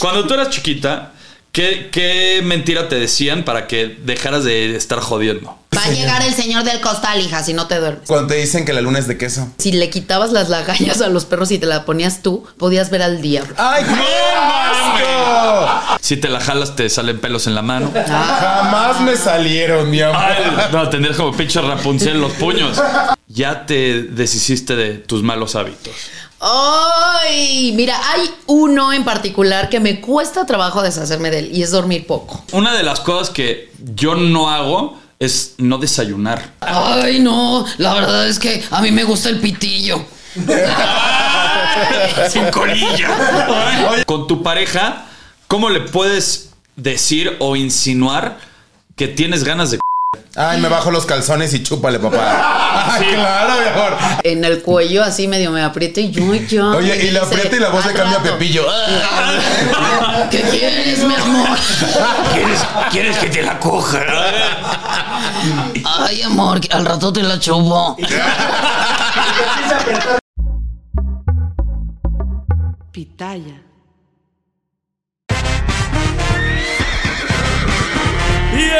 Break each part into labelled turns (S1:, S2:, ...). S1: Cuando tú eras chiquita, ¿qué, ¿qué mentira te decían para que dejaras de estar jodiendo?
S2: Va a llegar el señor del costal, hija, si no te duermes.
S3: Cuando te dicen que la luna es de queso.
S2: Si le quitabas las lagañas a los perros y te la ponías tú, podías ver al diablo.
S3: ¡Ay, qué asco!
S1: Si te la jalas, te salen pelos en la mano.
S2: Ah.
S3: Jamás me salieron, mi amor.
S1: Ay, no, tendrías como pinche Rapunzel los puños. Ya te deshiciste de tus malos hábitos.
S2: ¡Ay! Mira, hay uno en particular que me cuesta trabajo deshacerme de él y es dormir poco.
S1: Una de las cosas que yo no hago es no desayunar.
S2: ¡Ay, no! La verdad es que a mí me gusta el pitillo.
S1: Sin colilla. Oye, Con tu pareja, ¿cómo le puedes decir o insinuar que tienes ganas de... c-?
S3: Ay, me bajo los calzones y chúpale, papá. Ay, claro, mi amor.
S2: En el cuello así medio me aprieto y yo, yo.
S3: Oye, y
S2: le
S3: la aprieta y la voz le cambia a Pepillo.
S2: Ah, ¿Qué quieres, mi amor?
S1: ¿Quieres, quieres que te la coja?
S2: Ay, amor, que al rato te la chupo.
S4: Pitaya.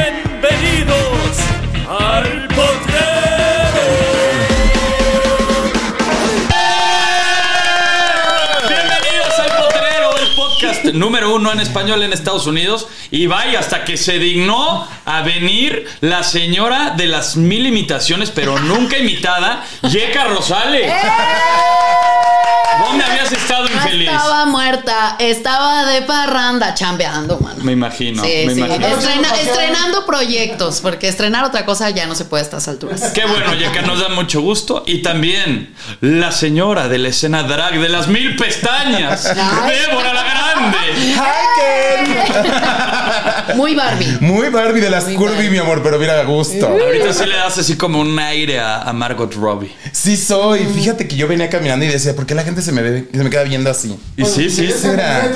S5: Bienvenidos al potrero.
S1: Bienvenidos al Potrero, el podcast número uno en español en Estados Unidos. Y vaya, hasta que se dignó a venir la señora de las mil imitaciones, pero nunca imitada, Yeka Rosales. ¿Dónde habías estado
S2: No
S1: infeliz?
S2: estaba muerta, estaba de parranda chambeando, mano.
S1: Me imagino,
S2: Sí,
S1: me
S2: sí.
S1: imagino.
S2: Estrena- estrenando proyectos, porque estrenar otra cosa ya no se puede a estas alturas.
S1: Qué bueno, Yeka, nos da mucho gusto. Y también la señora de la escena drag de las mil pestañas,
S2: Ay.
S1: Débora la Grande.
S3: Haken.
S2: Muy Barbie.
S3: Muy Barbie de las
S2: Muy
S3: curvy,
S2: Barbie.
S3: mi amor, pero mira a gusto.
S1: Ahorita sí le das así como un aire a, a Margot Robbie.
S3: Sí soy. Fíjate que yo venía caminando y decía, ¿por qué la gente se me, ve, se me queda viendo así?
S1: Y sí, sí, sí.
S3: Será.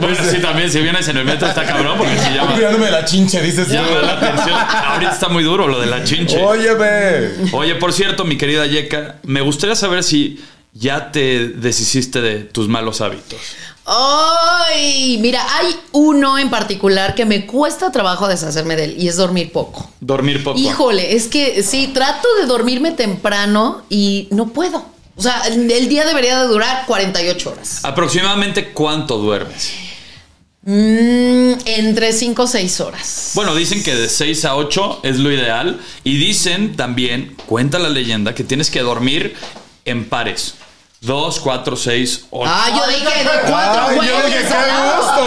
S1: Bueno, sí, también, si vienes en el metro está cabrón porque se llama,
S3: Cuidándome la chinche, dices. tú.
S1: llama la atención. Ahorita está muy duro lo de la chinche.
S3: Óyeme.
S1: Oye, por cierto, mi querida Yeka, me gustaría saber si ya te deshiciste de tus malos hábitos.
S2: ¡Ay! Mira, hay uno en particular que me cuesta trabajo deshacerme de él y es dormir poco.
S1: Dormir poco.
S2: Híjole, es que sí, trato de dormirme temprano y no puedo. O sea, el el día debería de durar 48 horas.
S1: Aproximadamente cuánto duermes.
S2: Mm, entre 5 o 6 horas.
S1: Bueno, dicen que de 6 a 8 es lo ideal. Y dicen también, cuenta la leyenda, que tienes que dormir en pares. 2, 4, 6, 8.
S2: Ah, yo dije de 4
S3: Ay, yo dije, qué gusto.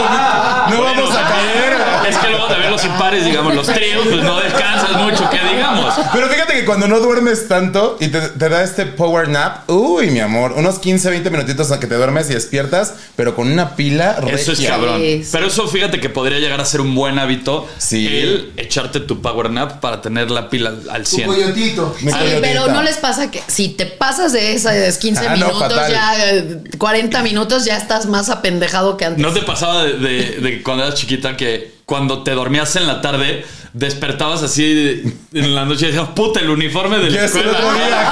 S2: Ah.
S3: No vamos a caer.
S1: Es que luego también los impares, digamos, los tríos, pues no descansas mucho, que digamos.
S3: Pero fíjate que cuando no duermes tanto y te, te da este power nap, uy, mi amor, unos 15, 20 minutitos a que te duermes y despiertas, pero con una pila
S1: Eso es
S3: regia.
S1: cabrón.
S2: Sí, sí.
S1: Pero eso fíjate que podría llegar a ser un buen hábito.
S3: Sí.
S1: El echarte tu power nap para tener la pila al- al 100.
S6: coyotito.
S3: Mi coyotita.
S2: pero no les pasa que si te pasas de esa de 15
S3: Ah, no,
S2: minutos,
S3: fatal.
S2: ya eh, 40 minutos, ya estás más apendejado que antes.
S1: ¿No te pasaba de, de- de cuando eras chiquita que cuando te dormías en la tarde despertabas así de- en la noche y decías, puta, el uniforme de la
S3: Ya es el
S1: escuela?
S3: otro día,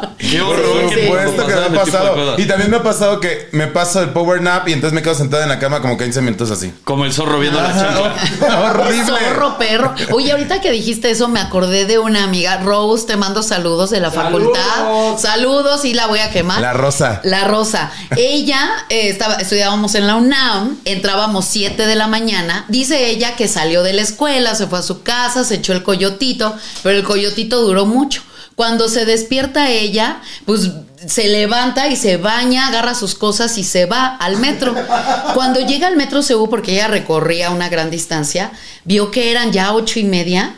S1: Ya es- Qué
S3: Por
S1: horror que
S3: supuesto que me
S1: pasaran
S3: ha
S1: ese tipo de
S3: pasado.
S1: cosas.
S3: Y también me ha pasado que me paso el power nap y entonces me quedo sentada en la cama como 15 minutos así.
S1: Como el zorro viendo la chancla.
S3: Horrible.
S2: Zorro, perro. Oye, ahorita que dijiste eso, me acordé de una amiga. Rose, te mando saludos de la facultad. Saludos y la voy a quemar.
S3: La rosa.
S2: ¿ah? La Rosa. Ella eh, estaba, estudiábamos en la UNAM, entrábamos 7 de la mañana. Dice ella que salió de la escuela, se fue a su casa, se echó el coyotito, pero el coyotito duró mucho. Cuando se despierta ella, pues se levanta y se baña, agarra sus cosas y se va al metro. Cuando llega al metro CU, porque ella recorría una gran distancia, vio que eran ya ocho y media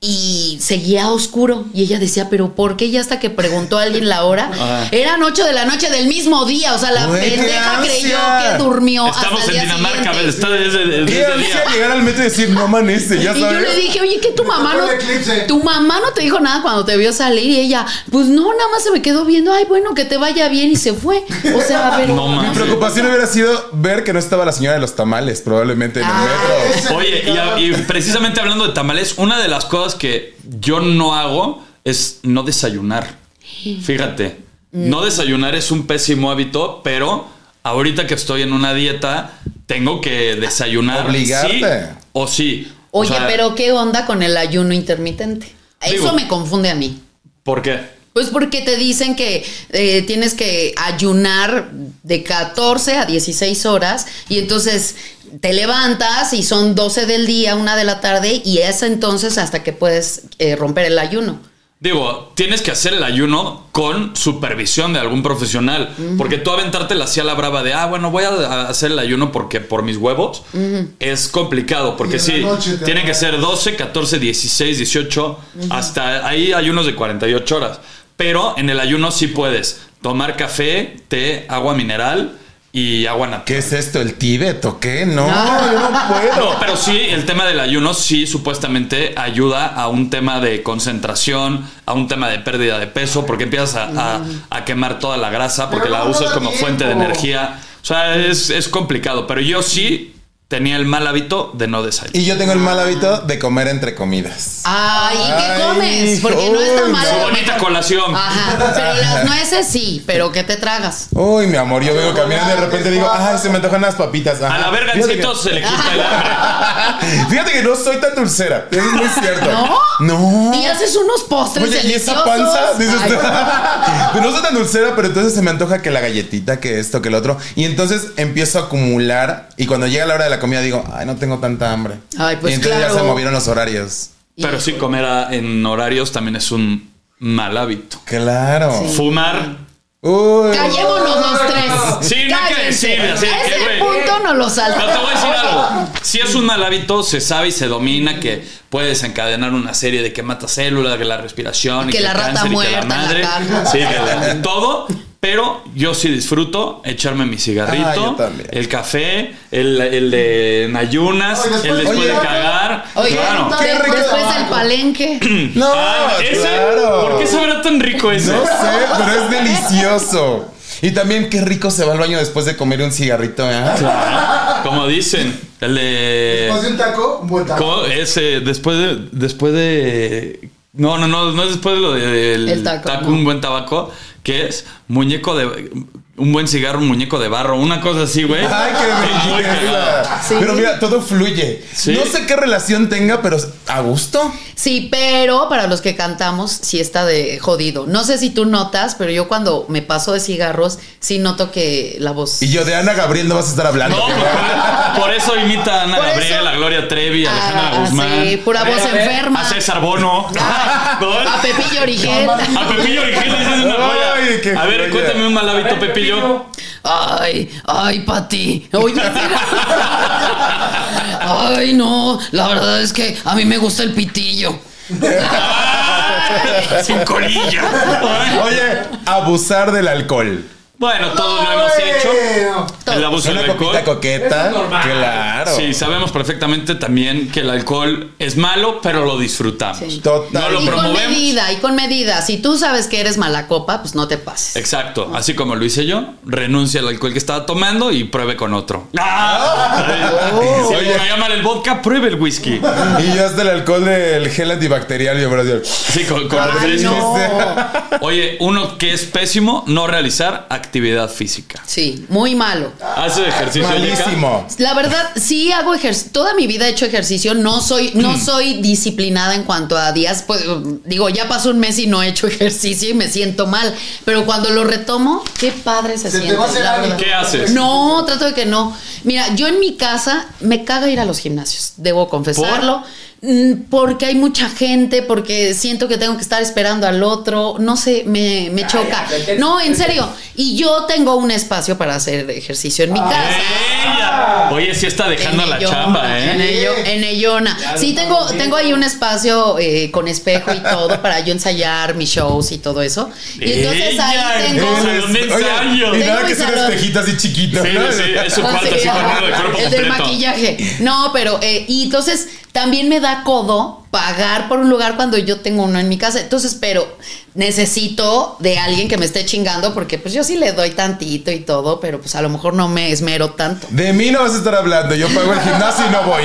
S2: y seguía oscuro. Y ella decía, pero ¿por qué? Y hasta que preguntó a alguien la hora, eran 8 de la noche del mismo día. O sea, la
S3: Güey, qué
S2: pendeja creyó
S3: ansia.
S2: que durmió
S1: Estamos
S2: hasta el
S1: en
S2: día
S1: Dinamarca,
S2: siguiente.
S1: ¿ves? Está desde, desde
S3: Y
S1: ese
S3: ansia
S1: día.
S3: llegar al metro y decir, no amanece, ya
S2: Y yo le
S3: sabes.
S2: dije, oye, que tu mamá
S6: tocó
S2: no.
S6: el eclipse.
S2: Tu mamá no te dijo nada cuando te vio salir. Y ella, pues no, nada más se me quedó viendo, ay, bueno, que te vaya bien. Y se fue. O sea, pero.
S1: No mames.
S3: Mi preocupación hubiera sido ver que no estaba la señora de los tamales, probablemente en el
S2: Ah,
S3: metro.
S1: Oye, y, a- y eh, precisamente hablando de tamales, una de las cosas que yo no hago es no desayunar. Fíjate,
S2: Mm.
S1: no desayunar es un pésimo hábito, pero ahorita que estoy en una dieta, tengo que desayunar.
S3: Obligarte.
S1: Sí o sí. O
S2: Oye,
S1: sea,
S2: pero ¿qué onda con el ayuno intermitente?
S1: Digo-
S2: Eso me confunde a mí.
S1: ¿Por qué?
S2: Pues porque te dicen que eh, tienes que ayunar de 14 a 16 horas y entonces te levantas y son 12 del día, 1 de la tarde y es entonces hasta que puedes eh, romper el ayuno.
S1: Digo, tienes que hacer el ayuno con supervisión de algún profesional. Porque tú aventártela así a la brava de, ah, bueno, voy a hacer el ayuno porque por mis huevos es complicado. Porque
S6: Y en
S1: sí,
S6: la noche te
S1: tiene que
S6: agarra.
S1: ser 12, 14, 16, 18, hasta ahí ayunos de 48 horas. Pero en el ayuno sí puedes tomar café, té, agua mineral y agua natural.
S3: ¿Qué es esto? ¿El Tíbet o qué? No,
S2: No.
S3: yo no puedo.
S1: No, pero sí, el tema del ayuno sí supuestamente ayuda a un tema de concentración, a un tema de pérdida de peso, porque empiezas a, a- a quemar toda la grasa, porque
S6: Pero
S1: la
S6: no, no
S1: usas
S6: da
S1: como
S6: tiempo.
S1: fuente de energía. O sea, es, es complicado, pero yo sí tenía el mal hábito de no desayunar.
S3: Y yo tengo el mal hábito de comer entre comidas.
S2: Ay, ¿y
S3: Ay,
S2: qué comes? Porque no está
S3: uy,
S2: mal.
S3: no.
S2: a lo
S1: Bonita
S2: mejor-
S1: colación.
S6: Ah.
S2: Ajá, pero las nueces sí, pero ¿qué te tragas?
S3: Uy, mi amor, yo vengo caminando y de repente digo, ay, se me antojan las papitas. Ajá.
S1: A la verga,
S3: Fíjate
S1: encitos, se le quita el hambre.
S3: que- Fíjate que no soy tan dulcera. Eso es muy cierto.
S2: ¿No?
S3: No.
S2: Y haces unos postres
S3: Oye, ¿y esa
S2: deliciosos.
S3: panza? Dices,
S2: Ay,
S3: Pero no soy tan dulcera, pero entonces se me antoja que la galletita, que esto, que el otro. Y entonces empiezo a acumular. Y cuando llega la hora de la comida, digo, ay, no tengo tanta hambre.
S2: Ay, pues
S3: y entonces
S2: claro.
S3: ya se movieron los horarios.
S1: Pero sí, comer a- en horarios también es un mal hábito.
S3: Claro.
S1: Fumar.
S3: Uy.
S2: Callémonos los tres.
S1: Sí, no hay que
S2: Cállense.
S1: decir, así
S2: A
S1: que,
S2: ese
S1: güey.
S2: punto no lo salta.
S1: No te voy a decir algo. Si es un mal hábito, se sabe y se domina que puedes encadenar una serie de que mata células, que la respiración, y
S2: Que la
S1: el
S2: rata
S1: cáncer, y que la
S2: muerta, la
S1: madre.
S2: carne.
S1: Sí, que la- todo. Pero yo sí disfruto echarme mi
S3: Ah, yo
S1: cigarrito,
S3: también.
S1: el café, el, el de en ayunas,
S6: Oye, después
S1: el después
S3: de-
S1: de cagar.
S2: Oye,
S1: claro.
S2: de-
S3: Qué rico
S2: después
S6: tabaco.
S2: del palenque.
S3: No,
S1: Ah, ese,
S3: claro.
S1: ¿Por qué sabrá tan rico ese?
S3: No sé, pero es delicioso. Y también qué rico se va al baño después de comer un cigarrito, ¿eh?
S1: Claro, como dicen, el de.
S6: Después de un taco, un buen taco.
S1: ¿Cómo? Ese, después de. Después de. No, no, no, no es después de lo de- del
S2: El taco, no.
S1: un buen tabaco, que es muñeco de. Un buen cigarro, un muñeco de barro, una cosa así, güey.
S3: Ay, qué
S1: Sí, muy cagado.
S3: belleza.
S2: Sí.
S3: Pero mira, todo fluye.
S1: Sí.
S3: No sé qué relación tenga, pero a gusto.
S2: Sí, pero para los que cantamos, sí está de jodido. No sé si tú notas, pero yo cuando me paso de cigarros, sí noto que la voz.
S3: Y yo de Ana Gabriel no vas a estar hablando.
S1: No, pues, por, por eso imita a Ana
S2: Por
S1: Gabriel,
S2: eso-
S1: a Gloria Trevi, a Alejandra
S2: Ah,
S1: Guzmán.
S2: sí, pura voz
S1: A ver,
S2: enferma.
S1: A César Bono.
S2: A Pepillo Origel.
S1: A Pepillo Origel esa es una joya.
S3: Ay, qué
S1: A ver,
S3: joya.
S1: cuéntame un mal hábito, Pepillo.
S2: Ay, ay, Pati. Oye, mira. Ay, no. La verdad es que a mí me gusta el pitillo.
S1: Ah, Sin colilla.
S3: Oye, abusar del alcohol.
S1: Bueno, todos lo hemos hecho.
S6: Bueno.
S1: El abuso
S3: Una
S1: del alcohol.
S3: copita coqueta.
S6: Es normal.
S3: Claro.
S1: Sí, sabemos perfectamente también que el alcohol es malo, pero lo disfrutamos.
S2: Sí.
S3: Total.
S1: No lo
S2: y con
S1: promovemos.
S2: medida, y con medida. Si tú sabes que eres mala copa, pues no te pases.
S1: Exacto, así como lo hice yo, renuncia al alcohol que estaba tomando y pruebe con otro. ¡Ah!
S3: Oh.
S1: si
S3: Oye.
S1: me llama el vodka, pruebe el whisky.
S3: Y yo hasta el alcohol del gel antibacterial, yo, pero
S1: Sí, con, con
S2: Ay,
S1: refresco.
S2: no.
S1: Oye, uno que es pésimo, no realizar actividad física.
S2: Sí, muy malo.
S1: Haces ejercicio. Erika?
S3: Malísimo.
S2: La verdad, sí hago ejercicio. Toda mi vida he hecho ejercicio. No soy, no soy disciplinada en cuanto a días. Pues digo, ya pasó un mes y no he hecho ejercicio y me siento mal. Pero cuando lo retomo, qué padre se,
S6: Se te
S2: siente.
S6: va a hacer
S2: la
S6: algo.
S2: verdad.
S1: ¿Qué haces?
S2: No, trato de que no. Mira, yo en mi casa me caga ir a los gimnasios, debo confesarlo. Mm, Porque hay mucha gente, porque siento que tengo que estar esperando al otro, no sé, me, me choca. No, en serio. Y yo tengo un espacio para hacer ejercicio en mi
S6: Ah, ¿eh?
S2: casa.
S1: ¡Ella! Oye, sí está dejando
S2: En
S1: la
S2: Ellona,
S1: chamba,
S2: En,
S1: ¿eh?
S2: Ello- en Ellona. Sí, tengo, tengo ahí un espacio eh, con espejo y todo para yo ensayar mis shows y todo eso. Y entonces
S1: Ella,
S2: ahí tengo.
S1: entonces, Salón de ensayo.
S3: y
S2: Tengo
S3: nada
S2: mi
S3: que sea un
S2: salón.
S3: espejito así chiquito.
S1: Sí,
S3: ¿no?
S1: sí, es su
S2: Ah,
S1: cuarto,
S2: sí,
S1: así
S2: ajá.
S1: con el cuerpo
S2: El del
S1: completo.
S2: maquillaje. No, pero. eh, y entonces también me da codo pagar por un lugar cuando yo tengo uno en mi casa. Entonces, pero necesito de alguien que me esté chingando porque, pues yo sí le doy tantito y todo, pero pues a lo mejor no me esmero tanto.
S3: De mí no vas a estar hablando. Yo pago el gimnasio y no voy.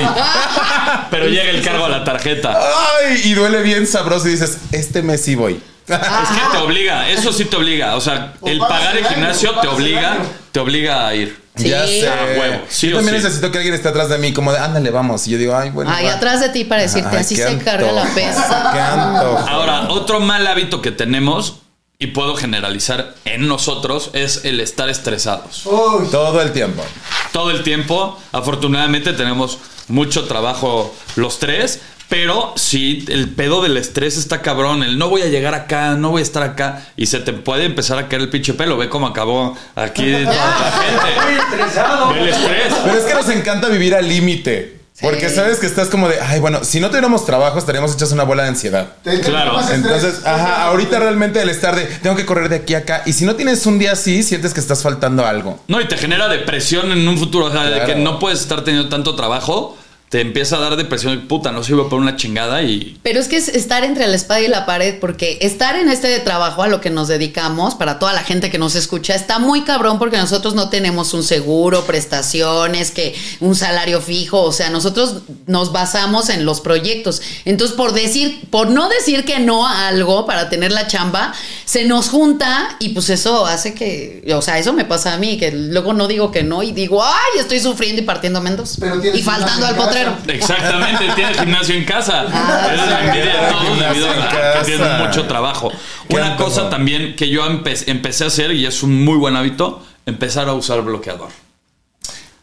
S1: Pero llega el cargo a la tarjeta.
S3: Ay, y duele bien sabroso. Y dices, este mes sí voy.
S1: Es
S2: Ah,
S1: que te obliga, eso sí te obliga. O sea,
S6: O
S1: el
S6: pagas
S1: pagar
S6: el
S1: el
S6: año,
S1: gimnasio
S6: o
S1: te
S6: pagas el
S1: obliga,
S6: año.
S1: te obliga a ir.
S2: Sí.
S3: Ya sé.
S2: Ah,
S1: huevo. Sí o
S3: yo también
S1: sí.
S3: necesito que alguien esté atrás de mí, como de, ándale, vamos. Y yo digo, ay, bueno.
S2: Ahí
S3: va.
S2: atrás de ti para decirte,
S3: Ay,
S2: así
S3: qué
S2: se carga la
S3: antojo,
S2: pesa.
S3: Qué antojo.
S1: Ahora, otro mal hábito que tenemos, y puedo generalizar en nosotros, es el estar estresados.
S3: Todo el tiempo.
S1: Todo el tiempo, afortunadamente tenemos mucho trabajo los tres, pero sí, el pedo del estrés está cabrón, el no voy a llegar acá, no voy a estar acá, y se te puede empezar a caer el pinche pelo, ve cómo acabó aquí tanta gente. El estrés.
S3: Pero es que nos encanta vivir al límite. Porque
S2: Sí.
S3: sabes que estás como de, ay, bueno, si no tuviéramos trabajo estaríamos hechos una bola de ansiedad.
S1: Claro,
S3: Entonces, ajá, ahorita realmente el estar de, tengo que correr de aquí a acá. Y si no tienes un día así, sientes que estás faltando algo.
S1: No, y te genera depresión en un futuro. O sea, de
S3: Claro.
S1: que no puedes estar teniendo tanto trabajo, te empieza a dar depresión. y, Puta, no sirvo para una chingada y.
S2: Pero es que es estar entre la espada y la pared, porque estar en este trabajo a lo que nos dedicamos, para toda la gente que nos escucha, está muy cabrón porque nosotros no tenemos un seguro, prestaciones, que un salario fijo, o sea, nosotros nos basamos en los proyectos. Entonces, por decir, por no decir que no a algo para tener la chamba, se nos junta y pues eso hace que, o sea, eso me pasa a mí, que luego no digo que no y digo, ay, estoy sufriendo y partiéndome en dos.
S6: Pero tienes
S2: Y faltando
S6: una
S2: al
S6: casa.
S2: potrero.
S1: Exactamente, tienes gimnasio en casa.
S2: Ah,
S1: Esa es la
S2: sí,
S1: envidia de
S3: claro,
S1: todos
S3: gimnasio
S1: debido
S3: en
S1: a
S3: casa.
S1: que tienen mucho trabajo.
S3: Qué
S1: Una
S3: antojo.
S1: cosa también que yo empe- empecé a hacer y es un muy buen hábito, empezar a usar bloqueador.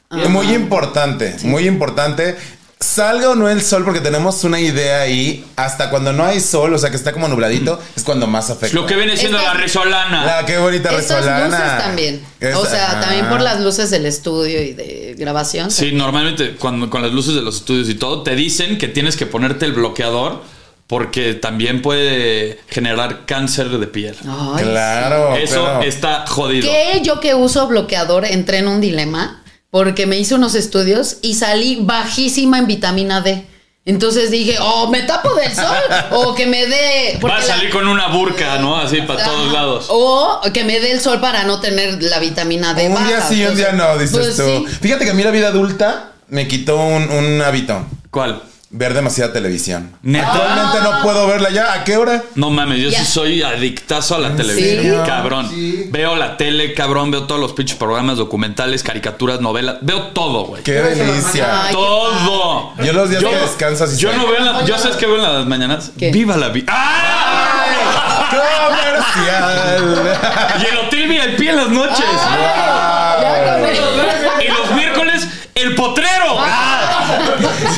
S3: Muy importante, muy importante. Salga o no el sol, porque tenemos una idea ahí. Hasta cuando no hay sol, o sea que está como nubladito,
S2: Mm.
S3: es cuando más
S1: Es
S3: afecta.
S1: lo que viene siendo
S2: Esta-
S1: la resolana.
S3: Ah, qué bonita
S2: Estas
S3: resolana.
S2: luces también.
S3: Es-
S2: o sea,
S3: ajá.
S2: también por las luces del estudio y de grabación.
S1: Sí, normalmente cuando, con las luces de los estudios y todo, te dicen que tienes que ponerte el bloqueador porque también puede generar cáncer de piel.
S2: Ay,
S3: Claro.
S1: Eso
S3: claro.
S1: está
S2: sí.
S1: jodido.
S2: Que yo que uso bloqueador entré en un dilema porque me hice unos estudios y salí bajísima en vitamina D. Entonces dije, o me tapo del sol o que me dé.
S1: Va
S2: porque
S1: a
S2: la-
S1: salir con una burca, ¿no? Así para
S2: Ajá. Oh.
S1: todos lados.
S2: O que me dé el sol para no tener la vitamina D.
S3: Un día
S2: baja.
S3: sí y un día no, dices
S2: Pues
S3: tú.
S2: sí.
S3: Fíjate que a mí la vida adulta me quitó un, un hábito.
S1: ¿Cuál?
S3: Ver demasiada televisión.
S1: Neta.
S3: Realmente no puedo verla ya. ¿A qué hora?
S1: No mames, yo
S2: Ya.
S1: sí soy adictazo a la televisión,
S2: serio?
S1: cabrón.
S6: Sí.
S1: Veo la tele, cabrón, veo todos los pinches programas, documentales, caricaturas, novelas, veo todo, güey.
S3: ¡Qué
S6: Yo se la
S3: delicia!
S6: mandaba.
S2: Ay, qué
S1: Todo.
S3: Yo los días que descansas y
S1: Yo
S3: se-
S1: no veo en la, yo sabes que veo en las mañanas.
S2: ¿Qué?
S1: Viva la vida.
S3: ¡Comercial!
S1: Y el hotel VIP en las noches.
S2: Ya comí.
S1: Y los miércoles, el potrero.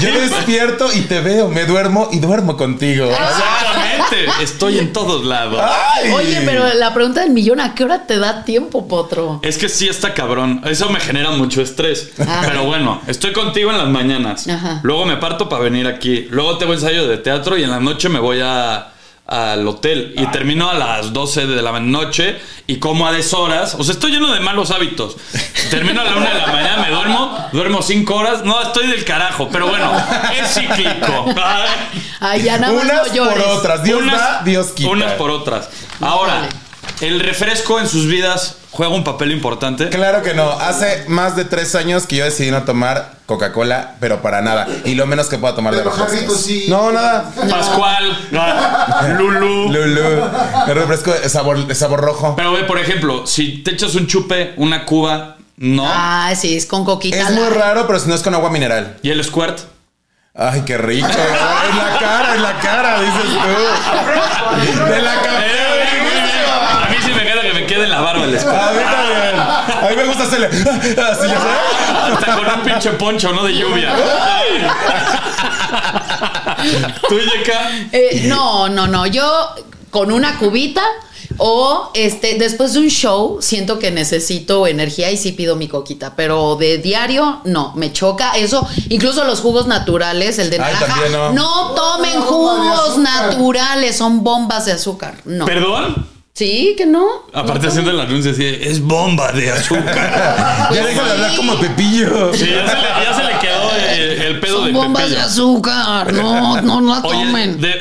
S3: Yo despierto y te veo, me duermo y duermo contigo.
S1: Exactamente. Estoy en todos lados.
S3: Ay.
S2: Oye, pero la pregunta del millón, ¿a qué hora te da tiempo, Potro?
S1: Es que sí está cabrón. Eso me genera mucho estrés. Pero bueno, estoy contigo en las mañanas.
S2: Ajá.
S1: Luego me parto para venir aquí. Luego tengo ensayo de teatro y en la noche me voy a- al hotel. Y termino a las 12 de la noche y como a deshoras. O sea, estoy lleno de malos hábitos. Termino a la 1 de la mañana, me duermo, duermo 5 horas. No, estoy del carajo. Pero bueno, es cíclico. Ay.
S2: Ay, ya nada más
S3: Unas
S2: no llores.
S3: por otras. Dios
S1: Unas-
S3: da, Dios quita.
S1: Unas por otras. Ahora, el refresco en sus vidas juega un papel importante.
S3: Claro que no. Hace más de tres años que yo decidí no tomar Coca-Cola, pero para nada. Y lo menos que pueda tomar de
S6: Pero
S3: refrescos.
S6: Jarrito sí.
S3: No, nada.
S1: Pascual, ah, Lulú.
S3: Lulu. El refresco de sabor, de sabor rojo.
S1: Pero ve, por ejemplo, si te echas un chupe, una cuba, no.
S2: Ah, sí, es con coquita.
S3: Es muy raro, pero si no es con agua mineral.
S1: Y el squirt.
S3: Ay, qué rico. En la cara, en la cara, dices tú. De la
S1: Eh,
S3: cabeza.
S1: A mí sí me queda que me quede en la barba el squirt.
S3: A mí también. A mí me gusta hacerle. ah, Así ¿eh? ya sabes.
S1: Hasta con un pinche poncho, ¿no? De lluvia. Ay. ¿Tú, Yeka?
S2: Eh, no, no, no. Yo con una cubita o este después de un show siento que necesito energía y sí pido mi coquita, pero de diario no, me choca eso. Incluso los jugos naturales, el de
S3: Ay,
S2: naranja,
S3: también no.
S2: tomen
S6: No,
S2: jugos
S6: bomba de azúcar.
S2: naturales, son bombas de azúcar. No.
S1: ¿Perdón?
S2: Sí, que no.
S1: Aparte
S2: No
S1: haciendo el anuncio así, de, es bomba de azúcar.
S3: Ya deja de hablar como Pepillo.
S1: Sí, ya se le, ya se le quedó el, el pedo
S2: Son
S1: de
S2: bombas de
S1: Pepillo.
S2: azúcar. No, no, no la
S1: Oye,
S2: tomen.
S1: de-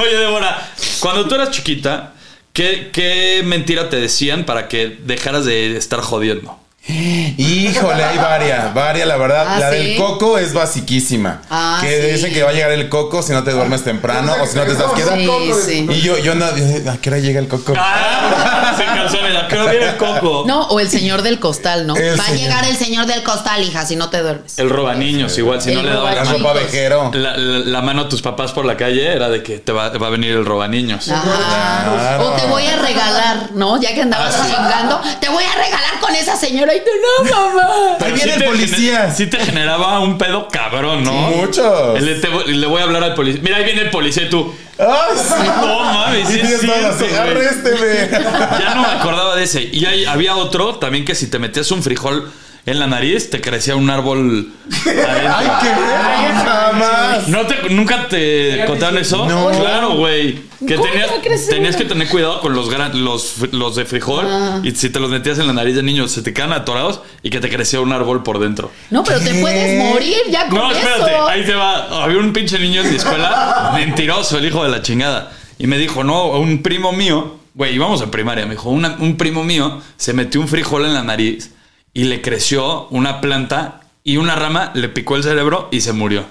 S1: Oye, Débora, cuando tú eras chiquita, ¿qué, ¿qué mentira te decían para que dejaras de estar jodiendo?
S3: Híjole, hay varias, varias, la verdad.
S2: Ah,
S3: la
S2: ¿sí?
S3: del coco es basiquísima.
S2: Ah,
S3: que
S2: sí.
S3: dicen que va a llegar el coco si no te duermes temprano o si Ah, no te estás quieta.
S2: Sí, sí.
S3: Y yo, yo andaba, dije, ¿a qué hora llega el coco?
S1: Ah, sin calzones, ¿a qué hora viene el coco?
S2: No, o el señor del costal, ¿no?
S3: El
S2: Va a
S3: señor.
S2: llegar el señor del costal, hija, si no te duermes.
S1: El roba niños, igual, si
S2: El
S1: no le daban
S3: La
S1: la,
S2: robachitos.
S3: ropa vejero.
S1: la- la mano a tus papás por la calle, era de que te va, va a venir el roba niños.
S2: Ah. Ajá.
S3: Claro.
S2: O te voy a regalar, ¿no? Ya que andabas
S1: Ah,
S2: chingando, te voy a regalar con esa señora y tú no, mamá.
S3: Ahí
S1: Pero
S3: viene
S1: sí
S3: el
S1: te
S3: policía.
S1: gener- sí te generaba un pedo cabrón, ¿no?
S3: Muchos.
S1: Le, te voy- le voy a hablar al policía. Mira, ahí viene el policía y tú.
S3: ¡Ay, sí!
S1: No mames, sí
S3: Y
S1: es
S3: tienes todas
S1: cierto,
S3: así,
S1: güey.
S3: este, ¡Arrésteme!
S1: Ya no me acordaba de ese. Y ahí había otro también que si te metías un frijol en la nariz, te crecía un árbol. adentro.
S3: ¡Ay, qué bien! ¡Jamás!
S1: ¿No te, ¿Nunca te contaron eso?
S3: No.
S1: Claro, güey. Que
S2: ¿Cómo
S1: tenías,
S2: te va a crecer?
S1: tenías que tener cuidado con los, gran- los, fri- los de frijol.
S2: Ah.
S1: Y si te los metías en la nariz de niño, se te quedan atorados y que te crecía un árbol por dentro.
S2: No, pero te
S3: ¿Qué?
S2: puedes morir ya con
S1: No, espérate,
S2: eso.
S1: ahí te va. Había un pinche niño en mi escuela, mentiroso, el hijo de la chingada. Y me dijo, no, a un primo mío, güey, íbamos a primaria, me dijo, "una- un primo mío se metió un frijol en la nariz y le creció una planta y una rama le picó el cerebro y se murió.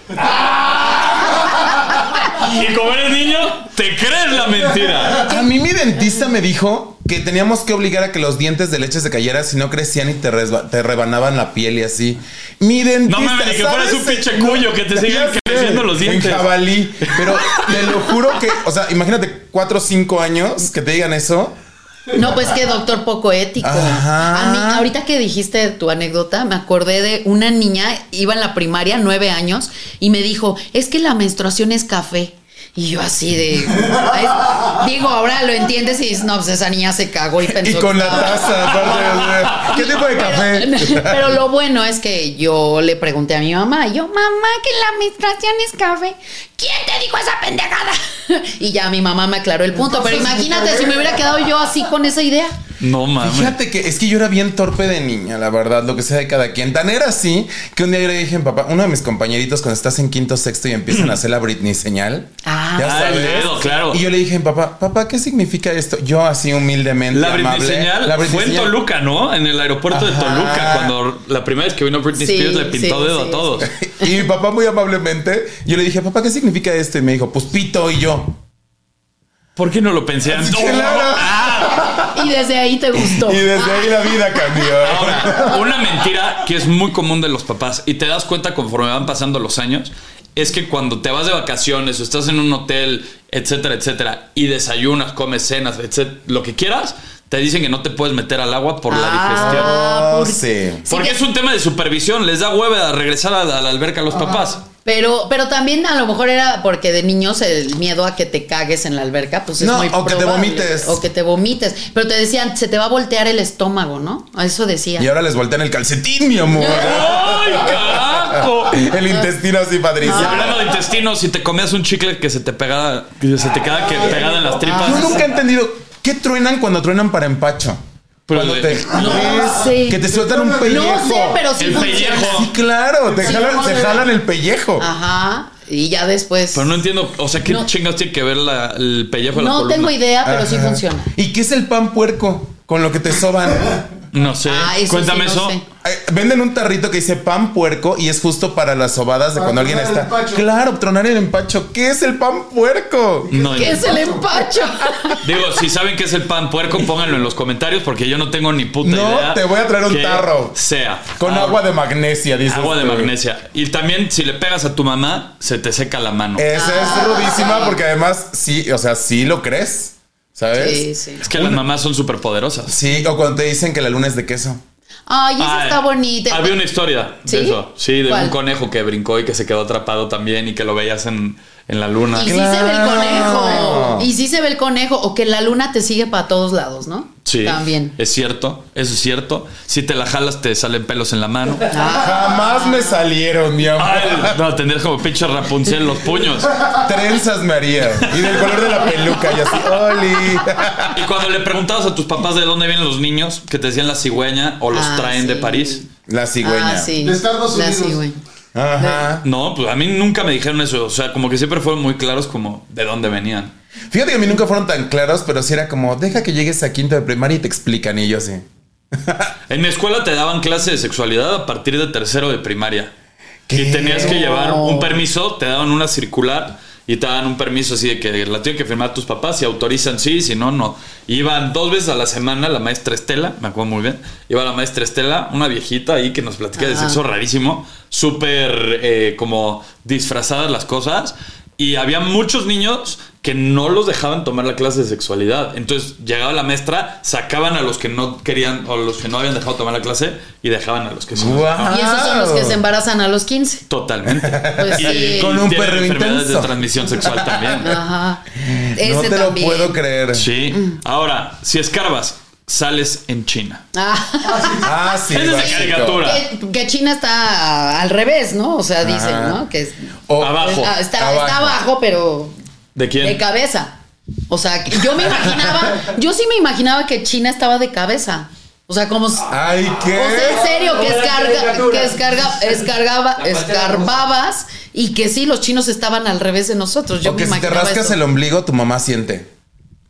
S1: Y como eres niño, te crees la mentira.
S3: A mí mi dentista me dijo que teníamos que obligar a que los dientes de leche se cayeran si no crecían y te, resba- te rebanaban la piel y así. Mi dentista.
S1: No mames, ni que
S3: ¿sabes?
S1: fueras un pinche cuyo que te sigan
S3: Ya sé,
S1: creciendo los dientes.
S3: En jabalí. Pero te lo juro que, o sea, imagínate cuatro o cinco años que te digan eso.
S2: No, pues que doctor poco ético.
S3: Ajá.
S2: A mí, ahorita que dijiste tu anécdota, me acordé de una niña, iba en la primaria, nueve años, y me dijo, es que la menstruación es café. Y yo así de... "Es-". Digo, ahora lo entiendes y dices, no, pues esa niña se cagó y
S3: Y
S2: pensó...
S3: con
S2: que
S3: la
S2: estaba-
S3: taza, aparte. o sea, ¿Qué tipo de
S2: Pero,
S3: café?
S2: pero lo bueno es que yo le pregunté a mi mamá, y yo, mamá, que la menstruación es café. ¿Quién te dijo esa pendejada? Y ya mi mamá me aclaró el punto, pero imagínate si me hubiera quedado yo así con esa idea.
S1: No mames.
S3: Fíjate que es que yo era bien torpe de niña, la verdad, lo que sea de cada quien. Tan era así que un día yo le dije a mi papá, uno de mis compañeritos, cuando estás en quinto sexto y empiezan a hacer la Britney señal.
S2: Ah.
S3: ya
S1: Ah, el
S3: sabes.
S1: dedo, claro.
S3: Y yo le dije a mi papá, papá, ¿qué significa esto? Yo así humildemente.
S1: La Britney
S3: amable,
S1: señal
S3: la Britney
S1: fue en
S3: señal.
S1: Toluca, ¿no? En el aeropuerto de
S3: Ajá.
S1: Toluca, cuando la primera vez que vino Britney
S2: Sí,
S1: Spears le pintó
S2: sí,
S1: dedo
S2: sí,
S1: a todos.
S3: Y mi papá muy amablemente, yo le dije, papá, ¿qué significa esto? Y me dijo, pues pito y yo.
S1: ¿Por qué no lo pensé antes?
S3: claro.
S2: Y desde ahí te gustó.
S3: Y desde ahí la vida cambió.
S1: Ah, Ahora, una mentira que es muy común de los papás y te das cuenta conforme van pasando los años es que cuando te vas de vacaciones o estás en un hotel, etcétera, etcétera, y desayunas, comes cenas, etcétera, lo que quieras, te dicen que no te puedes meter al agua por la
S2: Ah.
S1: digestión.
S3: Ah,
S2: por-
S3: sí.
S2: Sí
S1: Porque
S2: que-
S1: es un tema de supervisión, les da hueva a regresar a la, a la alberca a los papás.
S2: Pero, pero también a lo mejor era porque de niños el miedo a que te cagues en la alberca, pues es
S3: No,
S2: muy
S3: o que te
S2: probable.
S3: vomites.
S2: O que te vomites. Pero te decían, se te va a voltear el estómago, ¿no? Eso decía.
S3: Y ahora les voltean el calcetín, mi amor.
S1: ¡Ay, carajo!
S3: El intestino así,
S1: Y
S3: padrísimo.
S2: Ah.
S1: hablando de intestinos, si te comías un chicle que se te pegara, que se te queda que pegada
S2: Ah.
S1: en las tripas.
S3: Yo nunca he entendido qué truenan cuando truenan para empacho.
S1: Pero
S3: Cuando
S1: de-
S3: te
S2: No sé.
S3: que te sueltan un pellejo.
S2: no sé, pero sí
S1: El
S2: funciona.
S1: pellejo.
S3: Sí, claro, te
S2: Sí,
S3: jalan,
S2: ¿cómo
S3: te
S2: le-
S3: jalan el pellejo.
S1: Ah.
S2: Ajá. Y ya después.
S1: Pero no entiendo, o sea, ¿qué
S2: No.
S1: chingas tiene que ver la- el pellejo de la
S2: no
S1: columna?
S2: tengo idea, pero sí
S3: Ajá.
S2: funciona.
S3: ¿Y qué es el pan puerco con lo que te soban?
S1: No sé.
S2: Ah, eso sí,
S1: Cuéntame
S2: no
S1: eso.
S2: sé.
S3: Eh, Venden un tarrito que dice pan puerco y es justo para las sobadas de
S6: Para
S3: cuando alguien
S6: tronar
S3: está.
S6: el empacho.
S3: Claro, tronar el empacho. ¿Qué es el pan puerco?
S1: No,
S2: ¿Qué es el empacho?
S1: Digo, si saben qué es el pan puerco, pónganlo en los comentarios porque yo no tengo ni puta
S3: No,
S1: idea.
S3: te voy a traer un
S1: que
S3: tarro.
S1: Sea.
S3: Con
S1: Ah,
S3: agua de magnesia, dice.
S1: Agua de
S3: usted.
S1: magnesia. Y también, si le pegas a tu mamá, se te seca la mano.
S3: Esa
S2: Ah.
S3: es rudísima porque además sí, o sea, sí lo crees. ¿Sabes?
S2: Sí, sí.
S1: Es que las mamás son súper poderosas.
S3: Sí, o cuando te dicen que la luna es de queso.
S2: Ay, esa está bonita.
S1: Había una historia
S2: ¿Sí?
S1: de eso. Sí, de
S2: ¿Cuál?
S1: un conejo que brincó y que se quedó atrapado también y que lo veías en, en la luna.
S2: Y sí se ve el
S3: Claro.
S2: conejo. Y sí se ve el conejo. O que la luna te sigue para todos lados, ¿no?
S1: Sí.
S2: También.
S1: Es cierto, eso es cierto. Si te la jalas, te salen pelos en la mano. Ah.
S3: Jamás me salieron, mi amor.
S1: Ay, no, tendrías como pinche Rapunzel los puños.
S3: Trenzas María. Y del color de la peluca y así. ¡Oli!
S1: Y cuando le preguntabas a tus papás de dónde vienen los niños, que te decían la cigüeña o los
S2: Ah,
S1: traen de
S2: sí.
S1: París.
S3: La cigüeña.
S2: Ah, sí.
S6: De Estados
S2: La
S6: Unidos.
S2: cigüeña.
S3: Ajá.
S1: No, pues a mí nunca me dijeron eso. O sea, como que siempre fueron muy claros como de dónde venían.
S3: Fíjate que a mí nunca fueron tan claros, pero sí era como, deja que llegues a quinto de primaria y te explican. Y yo así.
S1: En mi escuela te daban clase de sexualidad a partir de tercero de primaria. Que tenías que llevar un permiso, te daban una circular y te daban un permiso así de que la tienen que firmar tus papás, si autorizan sí, si no, no. Iban dos veces a la semana la maestra Estela, me acuerdo muy bien, iba la maestra Estela, una viejita ahí que nos platica de sexo rarísimo, súper eh, como disfrazadas las cosas. Y había muchos niños que no los dejaban tomar la clase de sexualidad. Entonces llegaba la maestra, sacaban a los que no querían o los que no habían dejado tomar la clase y dejaban a los que sí. los
S3: Guau.
S1: dejaban.
S2: Y esos son los que se embarazan a los 15.
S1: Totalmente.
S2: Pues
S1: Y-
S2: sí.
S1: y
S3: Con un
S1: tienen
S3: perro
S1: enfermedades
S3: intenso.
S1: de transmisión sexual también.
S2: Ajá.
S3: No
S2: Ese
S3: te lo
S2: también.
S3: puedo creer.
S1: Sí.
S2: Mm.
S1: Ahora, si escarbas, sales en China.
S2: Ah,
S3: Ah, sí.
S1: Esa es de
S3: básico.
S1: caricatura.
S2: que, que China está al revés, ¿no? O sea, dicen,
S3: Ajá.
S2: ¿no? Que es-
S3: O-
S1: Abajo.
S2: ah, está, está abajo, pero
S1: ¿De quién?
S2: de cabeza. O sea, que yo me imaginaba, yo sí me imaginaba que China estaba de cabeza. O sea, como... s-
S3: Ay, Ah, ¿qué?
S2: O sea, en serio, que,
S6: Como la
S2: escarga,
S6: caricatura.
S2: que escarga, escargaba,
S6: La pantera
S2: escarbabas y que sí, los chinos estaban al revés de nosotros. Yo
S3: o
S2: me
S3: que si te
S2: imaginaba
S3: rascas
S2: eso.
S3: el ombligo, tu mamá siente.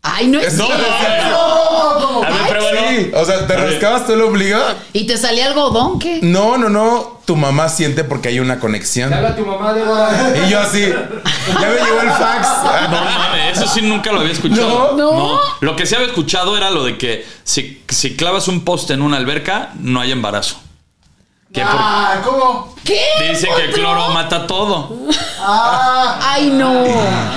S2: Ay, no es
S3: No,
S2: cierto.
S1: A ver, pruébalo.
S3: Sí, o sea, ¿te
S1: A ver.
S3: rascabas tú el ombligo?
S2: ¿Y te salía algodón qué?
S3: No, no, no. Tu mamá siente porque hay una conexión.
S6: Te habla tu mamá, Débora.
S3: Y yo así. Ya me llegó el fax.
S1: No mames, eso sí nunca lo había escuchado.
S2: No.
S1: Lo que sí había escuchado era lo de que si, si clavas un poste en una alberca, no hay embarazo. Que por-
S7: Ah, ¿cómo?
S2: ¿Qué?
S1: dice que el cloro mata todo.
S7: Ah,
S2: Ay, no.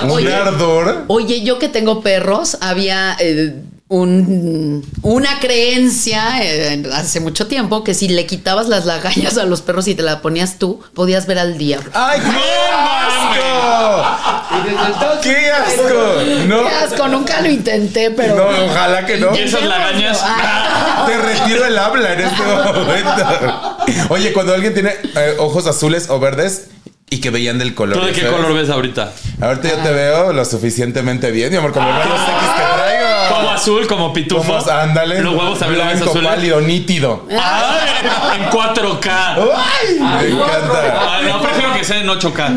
S3: Un
S2: Oye,
S3: ardor.
S2: oye, yo que tengo perros, había eh, un, una creencia eh, hace mucho tiempo que si le quitabas las lagañas a los perros y te la ponías tú, podías ver al diablo.
S3: ¡Ay, qué asco!
S6: Y desde entonces.
S3: ¡Qué asco! No,
S2: Qué asco, nunca lo intenté, pero.
S3: no ojalá que no.
S1: Y esas lagañas.
S2: Ah.
S3: Te retiro el habla en este momento. Oye, cuando alguien tiene eh, ojos azules o verdes y que veían del color.
S1: ¿Tú de qué
S3: ¿sabes?
S1: color ves ahorita?
S3: Ahorita yo te veo lo suficientemente bien, mi amor, como
S1: Ah,
S3: los rayos X que traigo.
S1: Como azul, como pitufo.
S3: Ah. Como- ándale.
S1: Los huevos también los ves
S3: Blanco,
S1: azules.
S3: pálido, Oh, nítido.
S1: Ay, en 4K.
S3: ¡Ay! Me encanta.
S1: Ay, Ah, no, prefiero que sea en
S2: Mm.
S1: 8K.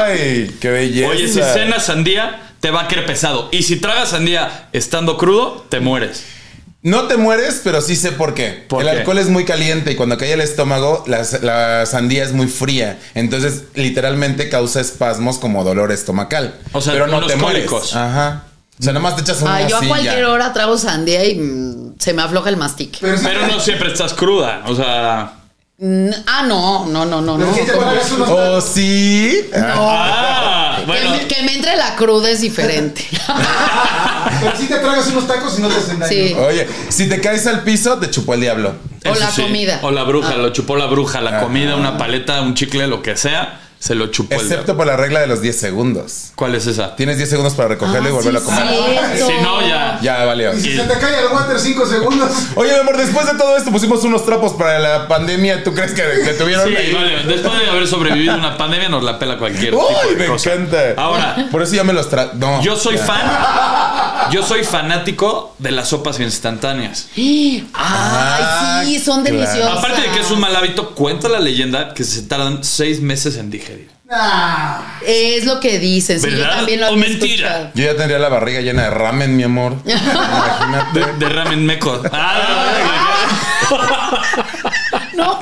S3: ¡Ay! ¡Qué belleza!
S1: Oye, si cenas sandía, te va a querer pesado. Y si tragas sandía estando crudo, te mueres.
S3: No te mueres, pero sí sé por qué.
S1: ¿Por
S3: el
S1: qué?
S3: alcohol es muy caliente y cuando cae el estómago, la, la sandía es muy fría. Entonces, literalmente causa espasmos como dolor estomacal.
S1: O sea,
S3: pero no
S1: unos
S3: te mueres.
S1: cólicos.
S3: Ajá. O sea, nomás te echas una
S2: Ay, yo a
S3: silla.
S2: cualquier hora trago sandía y mm, se me afloja el mastique.
S7: pero, si-
S1: Pero no siempre estás cruda. O sea.
S2: Mm, Ah, no, no, no, no. no.
S7: pero si te pagas unos
S3: ¿O Oh, sí?
S1: Ah,
S2: Oh. Que,
S1: bueno.
S2: me, que me entre la cruda es diferente.
S7: Pero si te tragas unos tacos y no te hacen daño.
S2: Sí.
S3: Oye, si te caes al piso, te chupó el diablo.
S2: O
S1: eso
S2: la comida.
S1: O la bruja, lo chupó la bruja, la
S3: Ah.
S1: comida, una paleta, un chicle, lo que sea, se lo chupó el
S3: Excepto
S1: diablo.
S3: por la regla de los 10 segundos.
S1: ¿Cuál es esa?
S3: Tienes 10 segundos para recogerlo y
S2: Ah,
S3: volverlo
S2: sí,
S3: a comer.
S2: cierto.
S1: Si no, ya.
S3: Ya, valió.
S7: Y si se te cae el water 5 segundos.
S3: Oye, mi amor, después de todo esto pusimos unos trapos para la pandemia. ¿Tú crees que que tuvieron
S1: Sí,
S3: ahí?
S1: vale. Después de haber sobrevivido una pandemia, nos la pela cualquier
S3: Uy,
S1: tipo de
S3: me
S1: cosa.
S3: encanta.
S1: Ahora,
S3: Por eso ya me los tra... No.
S1: yo soy
S3: Ya.
S1: fan. Yo soy fanático de las sopas instantáneas.
S2: Ay, sí, son
S3: claro.
S2: deliciosas.
S1: Ah, Aparte de que es un mal hábito, cuenta la leyenda que se tardan seis meses en digerir.
S7: Nah.
S2: Es lo que dicen. Sí, yo
S1: ¿Verdad?
S2: también lo
S1: ¿O
S2: había
S1: mentira?
S2: escuchado.
S3: Yo ya tendría la barriga llena de ramen, mi amor. Imagínate.
S1: De, de ramen meco. Ah,
S2: No.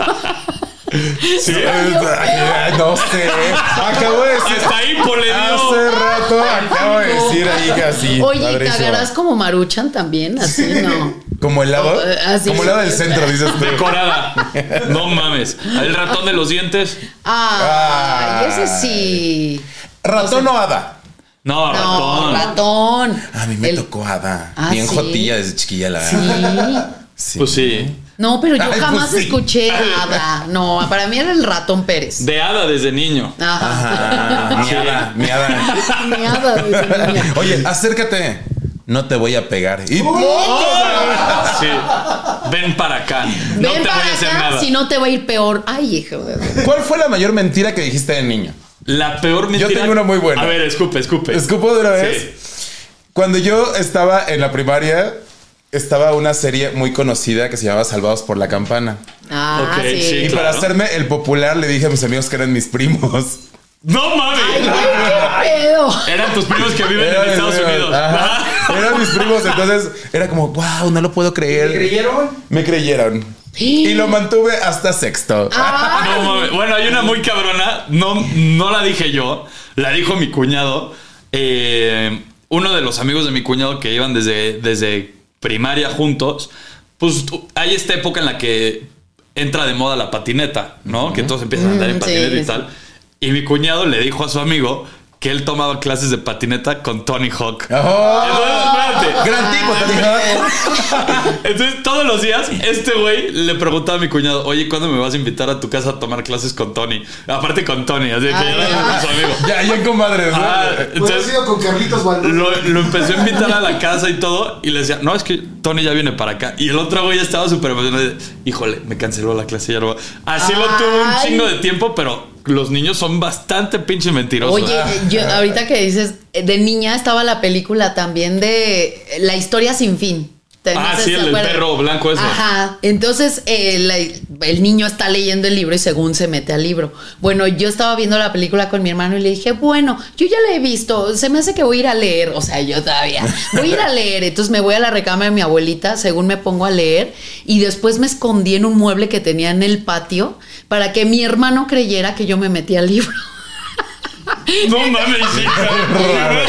S3: Sí, ay, no sé. Acabo de decir.
S1: hasta ahí por
S2: Ah,
S3: Hace rato acabo de decir ahí que así.
S2: Oye, ¿y
S3: padrísimo.
S2: cagarás como maruchan también? Así, ¿no?
S3: Como el lado.
S2: Eh, así.
S3: Como el lado del centro, dices tú.
S1: Decorada. No mames. El ratón de los dientes.
S2: Ay,
S3: Ay.
S2: ese sí.
S3: Ratón o hada.
S1: No,
S2: No,
S1: ratón.
S2: ratón.
S3: A mí me
S2: El-
S3: tocó hada.
S2: Ah,
S3: Bien
S2: sí.
S3: jotilla desde chiquilla la.
S2: Sí.
S3: Sí.
S1: Pues sí.
S2: No, pero yo
S3: Ay, pues
S2: jamás
S3: sí.
S2: escuché nada. No, para mí era el ratón Pérez.
S1: De hada desde niño.
S2: Ajá.
S3: Ah, mi hada, mi hada.
S2: Ni hada desde niña.
S3: Oye, acércate. No te voy a pegar. Y
S1: Oh, Sí. Ven para acá. No
S2: Ven
S1: te
S2: para
S1: voy a hacer
S2: acá,
S1: nada.
S2: si no te va a ir peor. Ay, hijo. de-
S3: ¿Cuál fue la mayor mentira que dijiste de niño?
S1: La peor mentira.
S3: tengo una muy buena.
S1: A ver, escupe, escupe.
S3: Escupo de una
S1: Sí.
S3: vez. Cuando yo estaba en la primaria, estaba una serie muy conocida que se llamaba Salvados por la Campana.
S2: Ah,
S1: Ok,
S2: sí.
S3: Y
S1: sí. Claro.
S3: para hacerme el popular le dije a mis amigos que eran mis primos.
S1: No mames.
S2: Ay, güey, qué pedo.
S1: Eran tus primos que viven en
S3: Eran mis
S1: Estados
S3: primos,
S1: Unidos. Ah.
S3: ajá.
S1: Ajá.
S3: Eran mis primos, entonces era como, wow, no lo puedo
S7: ¿Te
S3: creer.
S7: creyeron?
S3: Me creyeron. Y lo mantuve hasta sexto.
S1: Ah.
S2: Ay,
S1: No mames. Bueno, hay una muy cabrona. No, no la dije yo. La dijo mi cuñado. Eh, uno de los amigos de mi cuñado que iban desde, desde primaria juntos. Pues tú- hay esta época en la que entra de moda la patineta, ¿no? Que todos empiezan a andar en
S2: Mm, sí,
S1: patineta y
S2: sí.
S1: tal. Y mi cuñado le dijo a su amigo que él tomaba clases de patineta con Tony Hawk.
S2: Ah.
S3: Oh,
S1: Entonces, espérate.
S3: gran tipo, te dije.
S1: Entonces, todos los días, este güey le preguntaba a mi cuñado, oye, ¿cuándo me vas a invitar a tu casa a tomar clases con Tony? Aparte con Tony, así que ya
S2: Ah,
S1: era
S2: ya.
S1: su amigo.
S3: Ya, ya compadres. ¿no?
S1: Ah,
S7: Pues ha
S1: entonces,
S7: sido con Carlitos Valdés.
S1: lo, lo empezó a invitar a la casa y todo, y le decía, no, es que Tony ya viene para acá. Y el otro güey estaba súper emocionado. de, Híjole, me canceló la clase, ya no va". Así lo tuvo un
S2: Ay.
S1: chingo de tiempo, pero los niños son bastante pinches mentirosos.
S2: Oye, yo, ahorita que dices, eh, de niña estaba la película también de eh, La historia sin fin. ¿Te-
S1: Ah,
S2: sé
S1: sí,
S2: si
S1: el
S2: te
S1: del
S2: acuerdas?
S1: perro blanco ese.
S2: Ajá. Entonces, eh, la- el niño está leyendo el libro y según se mete al libro. Bueno, yo estaba viendo la película con mi hermano y le dije, bueno, yo ya la he visto, se me hace que voy a ir a leer. O sea, yo todavía voy a ir a leer. Entonces me voy a la recámara de mi abuelita, según me pongo a leer. Y después me escondí en un mueble que tenía en el patio para que mi hermano creyera que yo me metí al libro.
S1: No mames, sí, cabrón.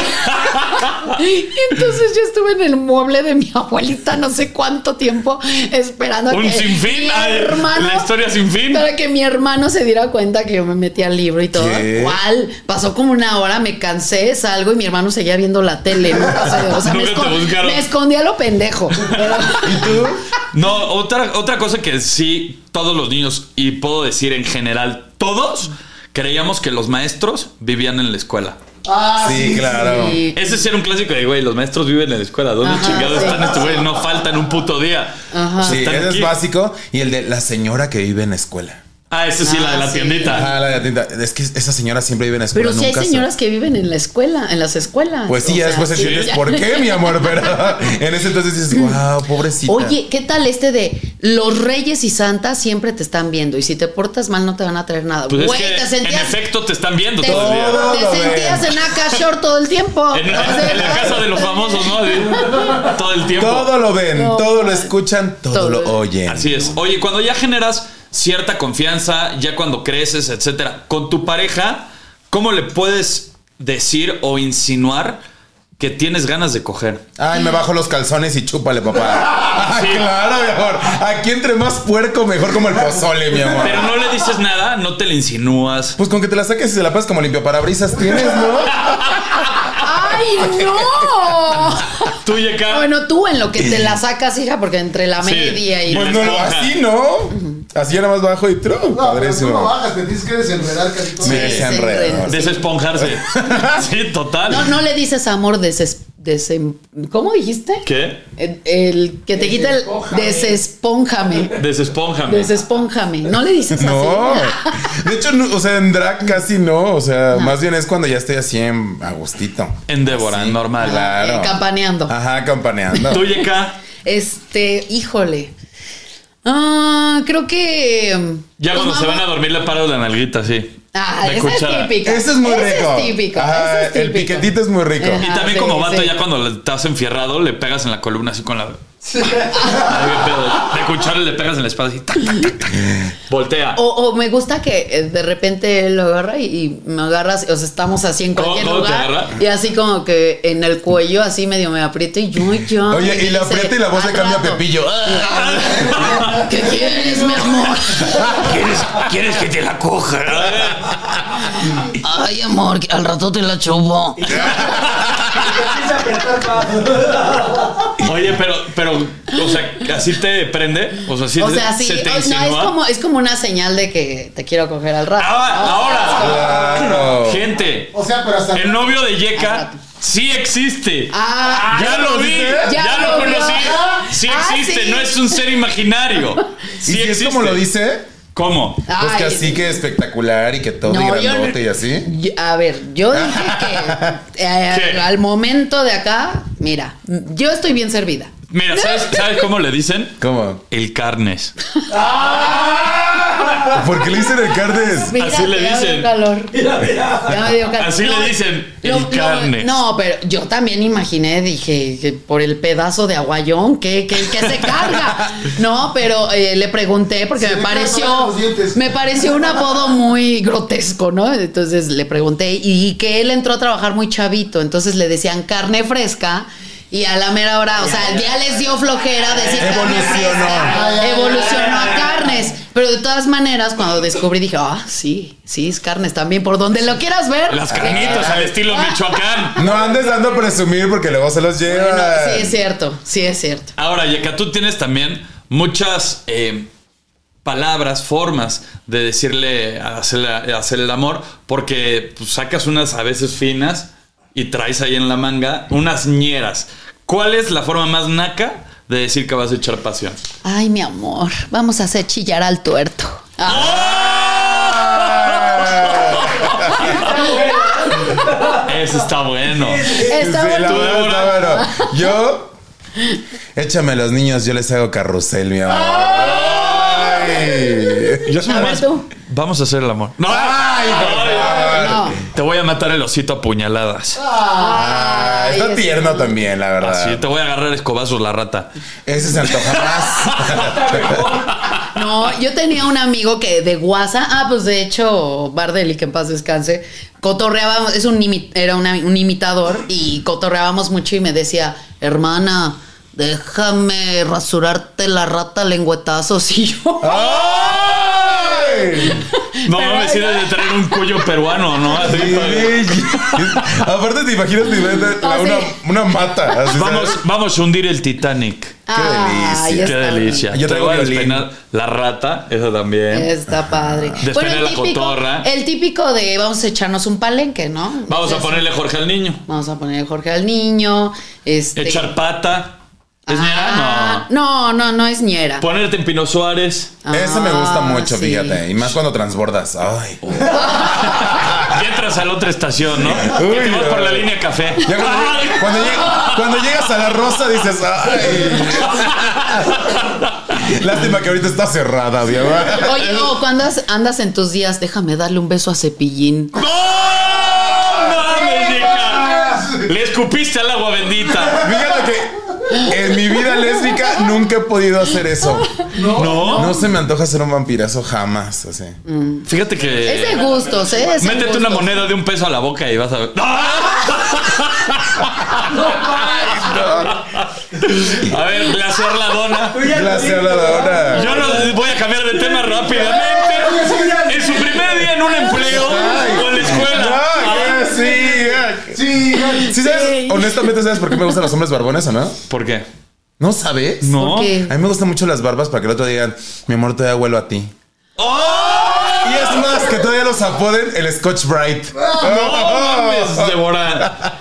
S2: Entonces yo estuve en el mueble de mi abuelita no sé cuánto tiempo esperando
S1: Un
S2: que
S1: sinfín,
S2: mi
S1: ay,
S2: hermano
S1: la historia sin fin.
S2: para que mi hermano se diera cuenta que yo me metí al libro y todo.
S3: ¿Qué?
S2: ¿Cuál? Pasó como una hora, me cansé, salgo y mi hermano seguía viendo la tele. ¿no? O sea, o sea, me,
S1: Nunca te
S2: escon-
S1: buscaron.
S2: me escondí a lo pendejo.
S3: ¿Y tú?
S1: No, otra, otra cosa que sí, todos los niños, y puedo decir en general, todos creíamos que los maestros vivían en la escuela.
S2: Ah,
S3: Sí, claro.
S2: sí.
S1: Ese sí era un clásico de, güey, los maestros viven en la escuela. ¿Dónde
S2: Ajá,
S1: chingados
S2: sí.
S1: están estos güeyes? No faltan un puto día.
S2: Ajá.
S3: Sí,
S1: Están
S3: ese
S1: aquí.
S3: es básico. Y el de la señora que vive en la escuela.
S1: Ah, ese sí, la de
S2: Ah,
S1: la
S2: sí.
S1: tiendita.
S3: Ah, la de la tienda. Es que esa señora siempre vive en la escuela.
S2: Pero sí hay
S3: nunca se-
S2: señoras que viven en la escuela, en las escuelas.
S3: Pues sí,
S2: O
S3: ya
S2: sea,
S3: después
S2: sí.
S3: entiendes por qué, mi amor. Pero en ese entonces dices, wow, pobrecita.
S2: Oye, ¿qué tal este de los reyes y santas siempre te están viendo y si te portas mal no te van a traer nada?
S1: Pues
S2: Güey,
S1: es que
S2: te
S1: en
S2: sentías,
S1: efecto te están viendo
S2: te,
S1: todo el día.
S3: Todo
S2: te
S3: lo
S2: sentías
S3: ven.
S2: en Aka Shore todo el tiempo.
S1: En,
S2: O sea,
S1: en la casa de los famosos, ¿no? Así, todo el tiempo.
S3: Todo lo ven,
S2: No,
S3: todo lo
S2: man.
S3: escuchan, todo,
S2: Todo.
S3: lo oyen.
S1: Así es. Oye, cuando ya generas cierta confianza, ya cuando creces, etcétera, con tu pareja, ¿cómo le puedes decir o insinuar que tienes ganas de coger?
S3: Ay, me bajo los calzones y chúpale, papá. Ay,
S1: Sí.
S3: claro, mi amor. Aquí entre más puerco, mejor como el pozole, mi amor.
S1: Pero no le dices nada, no te le insinúas.
S3: Pues con que te la saques y se la pasas como limpio parabrisas tienes, ¿no?
S2: ¡Ay, no!
S1: Tú y acá.
S2: Bueno, tú en lo que te la sacas, hija, porque entre la
S1: Sí.
S2: media y...
S1: Bueno.
S3: Pues no, no, así no. Así era más bajo y tru,
S7: No, pero tú no
S3: padrísimo.
S7: bajas, te tienes que desenredar, Carlitos.
S3: Me
S2: Sí, se
S3: desenredo.
S2: enreda.
S1: Desesponjarse. sí, total.
S2: No, no le dices amor deses... desem- ¿Cómo dijiste?
S1: ¿Qué?
S2: El, el que te quita el... Desespónjame.
S1: Desespónjame.
S2: Desespónjame. No le dices
S3: No.
S2: así.
S3: De hecho, no, o sea, en drag casi no. O sea, más bien es cuando ya estoy así en agustito.
S1: en Débora, normal.
S3: Claro.
S2: Eh, campaneando.
S3: Ajá, campaneando.
S1: Tú y acá.
S2: Este, híjole. Ah, creo que. mm,
S1: Ya cuando
S2: pues,
S1: se
S2: mamá-
S1: van a dormir le paro la nalguita, sí.
S2: Ah,
S1: De
S2: esa
S1: cuchara.
S2: es típica.
S3: Ese es muy
S2: Ese
S3: rico.
S2: Es típico.
S3: Ajá,
S2: ese es
S3: el
S2: típico.
S3: piquetito es muy rico.
S1: Y
S2: Ajá,
S1: también
S2: sí,
S1: como vato,
S2: Ah, sí.
S1: ya cuando estás enfierrado, le pegas en la columna así con la. Ay, qué pedo. De cuchara le pegas en la espalda así. tac, tac, tac, tac. Voltea.
S2: O, o me gusta que eh, de repente él lo agarra y, y me agarras, o sea, estamos así en
S1: ¿Cómo-
S2: cualquier
S1: cómo te
S2: lugar.
S1: agarra?
S2: Y así como que en el cuello, así medio me aprieto y yo, yo.
S3: Oye, y
S2: le
S3: la aprieta y la voz le cambia a Pepillo. ¡Ah!
S2: ¿Qué quieres, mi amor?
S1: ¿Quieres, quieres que te la coja?
S2: Ay, amor, que al rato te la chupo.
S7: Empieza a apretar más.
S1: Oye, pero, pero, o sea, así te prende. O sea, así
S2: O sea, sí,
S1: se te
S2: o- no,
S1: insinúa.
S2: es como, es como una señal de que te quiero coger al rato. Ah,
S1: Ahora, ahora,
S3: Claro.
S1: gente,
S7: O sea, pero hasta.
S1: el novio de Yeka sí existe.
S2: Ah,
S1: ya lo vi, ya,
S2: Ya
S1: lo
S2: lo vio.
S1: conocí.
S2: Ah,
S1: Sí
S2: ah,
S1: existe,
S2: sí.
S1: no es un ser imaginario. Sí
S3: y si es
S1: existe.
S3: como lo dice,
S1: ¿Cómo?
S3: pues que
S2: ah. Ay,
S3: así que espectacular y que todo
S2: No,
S3: y
S2: yo-
S3: grandote y así.
S2: yo- a ver, yo dije que eh,
S1: ¿Qué?
S2: al momento de acá, mira, yo estoy bien servida.
S1: Mira, ¿sabes, ¿sabes cómo le dicen?
S3: ¿Cómo?
S1: El carnes.
S3: ¿Por qué le dicen el carnes?
S2: Mira,
S1: Así le
S2: ya me dio
S1: dicen.
S2: calor. Ya me dio calor.
S1: Así le
S2: No, eh,
S1: dicen, el
S2: lo- lo-
S1: carne.
S2: no, pero yo también imaginé, dije, que por el pedazo de aguayón que, que, que se carga. No, pero eh, le pregunté porque
S7: Se
S2: me
S7: le cargan
S2: pareció
S7: los dientes.
S2: me pareció un apodo muy grotesco, ¿no? Entonces le pregunté y que él entró a trabajar muy chavito, entonces le decían carne fresca. Y a la mera hora, o sea, ya les dio flojera decir carne
S3: Evolucionó.
S2: fresca.
S7: Ay, ay, ay,
S2: Evolucionó
S7: ay,
S2: a
S7: ay, ay.
S2: carnes. Pero de todas maneras, cuando descubrí, dije, ah, sí, sí, es carnes también, por donde lo quieras ver.
S1: Las carnitas al estilo
S2: Ah.
S1: Michoacán.
S3: No andes dando a presumir porque luego se los lleva.
S2: Bueno, sí, es cierto, sí, es cierto.
S1: Ahora, Yeka, tú tienes también muchas eh, palabras, formas de decirle a hacerle, a hacer el amor, porque pues, sacas unas a veces finas y traes ahí en la manga unas ñeras. ¿Cuál es la forma más naca de decir que vas a echar pasión?
S2: Ay, mi amor, vamos a hacer chillar al tuerto. Ah,
S3: Ah.
S1: Eso está bueno.
S2: está
S3: Sí, la
S2: bueno.
S3: verdad,
S1: Débora.
S3: está bueno. Yo. Échame a los niños, yo les hago carrusel, mi amor. Ay.
S1: Yo soy
S2: A ver,
S1: más-
S2: tú.
S1: Vamos a hacer el amor. No.
S3: Ay, por favor.
S2: No.
S1: Te voy a matar el osito a puñaladas.
S3: Ah,
S2: Ay,
S3: está
S2: es-
S3: tierno también, la verdad.
S1: Así te voy a agarrar escobazos la rata.
S3: Ese se antoja más.
S2: No, yo tenía un amigo que de guasa, ah, pues de hecho, Bardelli, que en paz descanse, cotorreábamos, es un imi- era una- un imitador y cotorreábamos mucho y me decía, hermana, déjame rasurarte la rata a lengüetazos y yo.
S3: Ah, Ay.
S1: No
S2: Pero
S1: mames,
S2: ahí
S1: sí debes de traer un cuello peruano, ¿no? Así para-
S3: Sí. Aparte te imaginas mi mente, la-
S2: Oh, sí.
S3: una, una mata. así,
S1: Vamos,
S3: ¿sabes?
S1: vamos a hundir el Titanic.
S2: Ay,
S3: delicia.
S1: Qué
S2: está
S1: delicia.
S3: Yo
S1: Te
S3: traigo
S1: voy a
S3: violín.
S1: despenar la rata, eso también.
S2: Está padre.
S1: Despeina
S2: el
S1: la
S2: típico,
S1: cotorra.
S2: el típico de vamos a echarnos un palenque, ¿no?
S1: Vamos a
S2: Entonces,
S1: ponerle Jorge al niño.
S2: Vamos a poner Jorge al niño. Este,
S1: Echar pata. ¿Es
S2: Ah,
S1: ñera? No.
S2: No, no, no es ñera.
S1: Ponerte en Pino Suárez.
S3: Ese me gusta
S2: Ah,
S3: mucho,
S2: sí.
S3: fíjate. Y más cuando transbordas. Ay.
S1: Y entras a la otra estación, ¿no?
S3: Uy,
S1: Y te vas
S3: no.
S1: por la línea café.
S3: Ya cuando,
S1: Ay.
S3: cuando lleg- cuando llegas a la rosa dices, ay. Lástima que ahorita está cerrada, Diego.
S2: Oye, o cuando has- andas en tus días, déjame darle un beso a Cepillín.
S1: ¡Ah, ¡No! ¡Mames, Yeka! Le escupiste al agua bendita.
S3: Fíjate que en mi vida lésbica nunca he podido hacer eso.
S1: ¿No?
S3: No se me antoja ser un vampirazo jamás, así.
S1: Fíjate que.
S2: Es de gustos, ¿eh? Es de
S1: Métete una
S2: gustos.
S1: moneda de un peso a la boca y vas a ver. A ver, glasear la dona.
S3: Glaciar la dona.
S1: Yo no voy a cambiar de tema rápidamente. En su primer día en un empleo o en la escuela.
S3: No, sí,
S7: Sí, ya.
S3: Sí, ¿sabes? Honestamente, ¿sabes por qué me gustan los hombres barbones o no?
S1: ¿Por qué?
S3: ¿No sabes?
S1: No.
S2: ¿Por qué?
S3: A mí me gustan mucho las barbas para que el otro digan, mi amor, te vuelo a ti.
S1: ¡Oh!
S3: Y es más, que todavía los apoden el Scotch Bright.
S1: ¡No mames, Débora!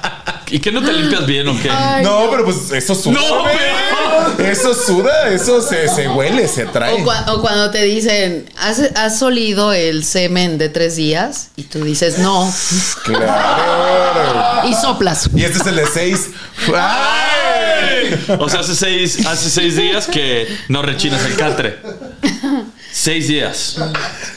S1: ¿Y qué no te limpias bien o qué?
S2: Ay,
S3: No, pero pues eso suda.
S1: ¡No,
S3: güey. Eso suda, eso se, se huele, se
S2: O,
S3: trae.
S2: cua- o cuando te dicen, ¿has, ¿has olido el semen de tres días? Y tú dices, no.
S3: Claro.
S2: Y soplas.
S3: Y este es el de seis. ¡Ay!
S1: O sea, hace seis, hace seis días que no rechinas el catre. Seis días.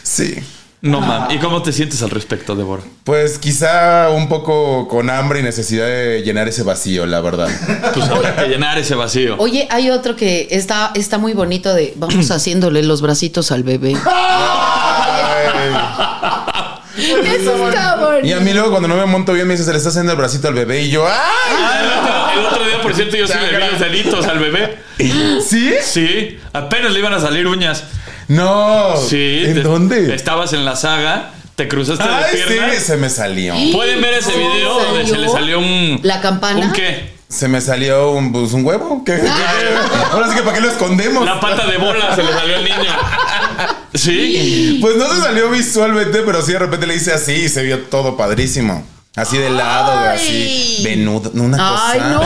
S3: Sí.
S1: No mames. ¿Y cómo te sientes al respecto, Débora?
S3: Pues quizá un poco con hambre y necesidad de llenar ese vacío, la verdad.
S1: Pues habrá que llenar ese vacío.
S2: Oye, hay otro que está, está muy bonito de vamos haciéndole los bracitos al bebé.
S3: Ay.
S2: Eso está
S3: Y a mí luego cuando no me monto bien me dice, se le está haciendo el bracito al bebé y yo, ¡ay!
S1: Ah, el otro- el, otro, día, por cierto, yo sí le vi los deditos al bebé.
S3: ¿Sí?
S1: Sí, apenas le iban a salir uñas.
S3: No.
S1: Sí.
S3: Oh, ¿En
S1: te-
S3: dónde?
S1: Estabas en la saga, te cruzaste de
S3: Ay,
S1: pierna.
S3: sí, se me salió.
S1: Pueden ver ese
S2: No,
S1: video donde
S2: ¿salió?
S1: se le salió un.
S2: ¿La campana?
S1: ¿Un qué?
S3: Se me salió un, pues, un huevo. ¿Qué? Ahora sí que para qué lo escondemos.
S1: La pata de bola se le salió al niño. Sí.
S3: Pues no se salió visualmente, pero sí de repente le hice así y se vio todo padrísimo. Así de lado, güey, así.
S2: Ay.
S3: Venudo. no, Una cosa.
S2: Ay, no.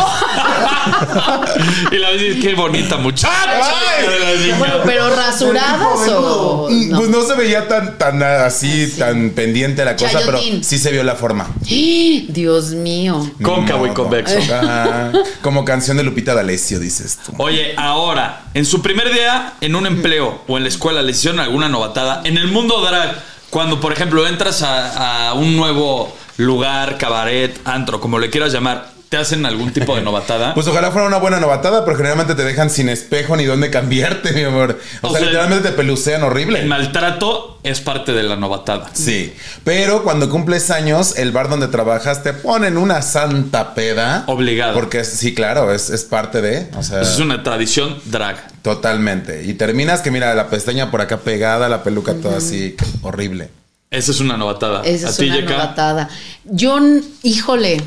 S1: Y la vez qué bonita muchacha.
S3: Ay.
S1: hija de la niña.
S2: Bueno, pero rasuradas o.
S3: Mm,
S2: no?
S3: Pues no se veía tan, tan así, tan pendiente la cosa,
S2: Chayotín.
S3: pero sí se vio la forma.
S2: Dios mío.
S1: Cóncavo y
S3: Ni modo.
S1: convexo.
S3: Ajá. Como canción de Lupita D'Alessio, dices tú.
S1: Oye, ahora, en su primer día en un empleo o en la escuela le hicieron alguna novatada. En el mundo drag, cuando por ejemplo entras a, a un nuevo lugar, cabaret, antro, como le quieras llamar, ¿te hacen algún tipo de novatada?
S3: Pues ojalá fuera una buena novatada, pero generalmente te dejan sin espejo ni dónde cambiarte, mi amor. O,
S1: O
S3: sea,
S1: sea,
S3: literalmente te pelucean horrible.
S1: el maltrato es parte de la novatada.
S3: Sí, pero cuando cumples años, el bar donde trabajas te ponen una santa peda.
S1: Obligado.
S3: Porque es- sí, claro, es, es parte de, o sea,
S1: Es una tradición drag.
S3: totalmente. Y terminas que mira, la pestaña por acá pegada, la peluca toda así, horrible.
S1: Esa es una novatada.
S2: Esa es
S1: ¿A ti,
S2: una
S1: Yeka?
S2: novatada. Yo, n- híjole,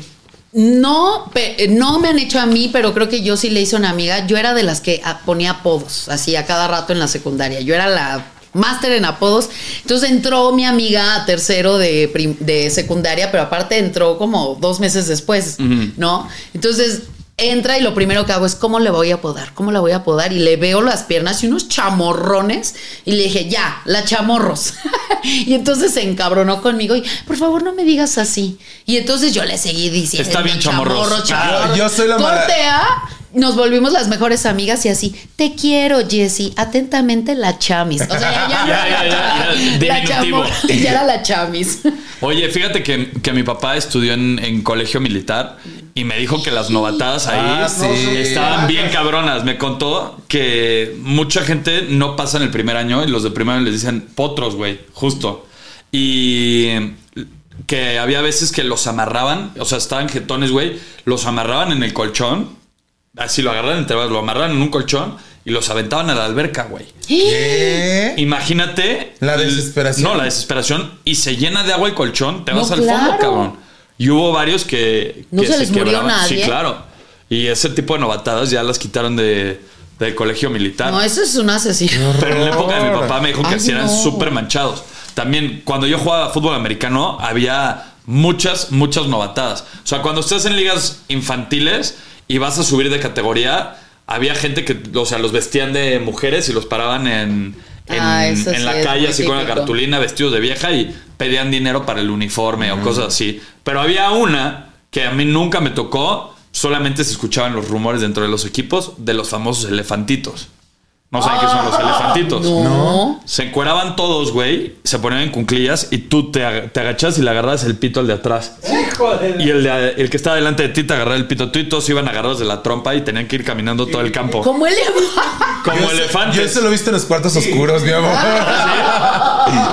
S2: no, pe- eh, no me han hecho a mí, pero creo que yo sí le hice a una amiga. Yo era de las que a- ponía apodos, así a cada rato en la secundaria. Yo era la máster en apodos. Entonces entró mi amiga a tercero de, prim- de secundaria, pero aparte entró como dos meses después, ¿no? Entonces... Entra y lo primero que hago es cómo le voy a apodar, cómo la voy a apodar y le veo las piernas y unos chamorrones y le dije, ya, la chamorros. y entonces se encabronó conmigo y, por favor, no me digas así. Y entonces yo le seguí diciendo,
S1: Está bien, chamorros.
S2: chamorro,
S3: Ah, yo soy la mala-
S2: Cortea, nos volvimos las mejores amigas y así, te quiero, Jessie, atentamente la chamis. O sea, ya,
S1: Ya,
S2: ya,
S1: ya, ya, ya,
S2: la
S1: diminutivo.
S2: chamorro, ya era la chamis.
S1: Oye, fíjate que, que mi papá estudió en, en colegio militar y me dijo que las novatadas ahí
S3: Ah, sí.
S1: estaban bien cabronas. Me contó que mucha gente no pasa en el primer año y los de primer año les dicen potros, güey, justo. Y que había veces que los amarraban, o sea, estaban jetones, güey, los amarraban en el colchón, así lo agarraban entre varios, lo amarraban en un colchón y los aventaban a la alberca, güey.
S3: ¿Qué?
S1: Imagínate.
S3: La desesperación.
S1: No, la desesperación. Y se llena de agua el colchón, te
S2: No,
S1: vas al fondo,
S2: claro.
S1: cabrón. Y hubo varios que.
S2: No
S1: que
S2: se les murió nadie.
S1: Sí, claro. Y ese tipo de novatadas ya las quitaron de, del colegio militar.
S2: No, eso es un asesino.
S1: Pero en la época de mi papá me dijo que
S2: Ay,
S1: así eran
S2: no.
S1: súper manchados. También, cuando yo jugaba fútbol americano, había muchas, muchas novatadas. O sea, cuando estás en ligas infantiles y vas a subir de categoría, había gente que, o sea, los vestían de mujeres y los paraban en, en,
S2: Ah, eso
S1: en
S2: sí
S1: la
S2: es
S1: calle,
S2: muy
S1: así con la
S2: típico.
S1: cartulina, vestidos de vieja y pedían dinero para el uniforme o cosas así. Pero había una que a mí nunca me tocó. Solamente se escuchaban los rumores dentro de los equipos de los famosos elefantitos. No saben qué son los elefantitos.
S2: Ah. No.
S1: Se encueraban todos, güey. Se ponían en cunclillas y tú te, ag- te agachas y le agarras el pito al de atrás. Y el, de- el que está delante de ti te agarraba el pito. Tú y todos iban agarrados de la trompa y tenían que ir caminando todo el campo.
S2: Como él
S1: Como
S3: Yo eso- Yo
S1: elefantes.
S3: eso lo he visto en los cuartos oscuros, mi amor.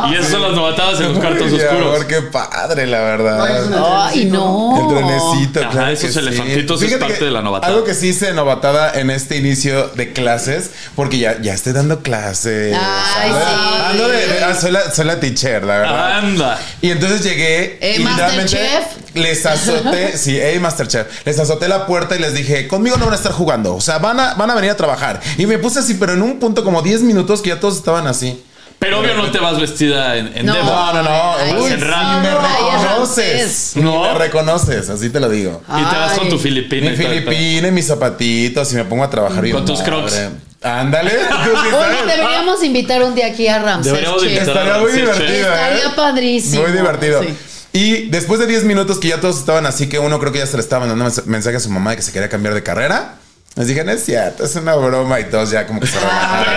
S1: Y esas son las novatadas en los cuartos
S3: Mi
S1: oscuros.
S3: amor, qué padre, la
S7: Ay, es
S3: verdad.
S7: una-
S2: Ay,
S3: El
S2: no.
S3: trenecito,
S1: Ajá,
S3: claro
S1: esos
S3: que sí.
S1: elefantitos es parte
S3: que
S1: de la novatada.
S3: Algo que sí hice de novatada en este inicio de clases, porque ya, ya estoy dando clases.
S2: Ay,
S3: Ando-
S2: sí.
S3: ando de- ah, soy, la, soy la teacher, la verdad.
S1: Anda.
S3: Y entonces llegué
S2: Eh,
S3: y literalmente
S2: Masterchef.
S3: les azoté, sí, hey Masterchef, les azoté la puerta y les dije, conmigo no van a estar jugando, o sea, van a, van a venir a trabajar. Y me puse así, pero en un punto como 10 minutos que ya todos estaban así.
S1: Pero obvio no te vas vestida en, en
S2: No.
S1: demo.
S3: No, no, no.
S2: Ay,
S3: Uy,
S1: ay,
S3: sí,
S1: ay,
S3: me
S2: ay,
S3: reconoces.
S2: Ramsés.
S3: No. Me reconoces, así te lo digo.
S1: Y te vas con tu
S2: Ay.
S1: filipina.
S3: Mi
S1: y todo el pedo.
S3: filipina y mis zapatitos y me pongo a trabajar bien.
S1: Con tus crocs.
S3: madre. Ándale. tú sí
S2: Oye,
S3: sabes.
S2: deberíamos invitar un día aquí a Ramsés.
S1: Deberíamos
S2: Chef.
S1: invitar-
S3: Estaría muy
S1: Sí,
S3: divertido.
S1: sí.
S3: ¿eh?
S2: Estaría padrísimo.
S3: Muy divertido.
S2: Sí.
S3: Y después de 10 minutos que ya todos estaban así, que uno creo que ya se le estaba mandando mens- mensaje a su mamá de que se quería cambiar de carrera. Les dije, no es cierto, es una broma y todos ya como que se relajaron.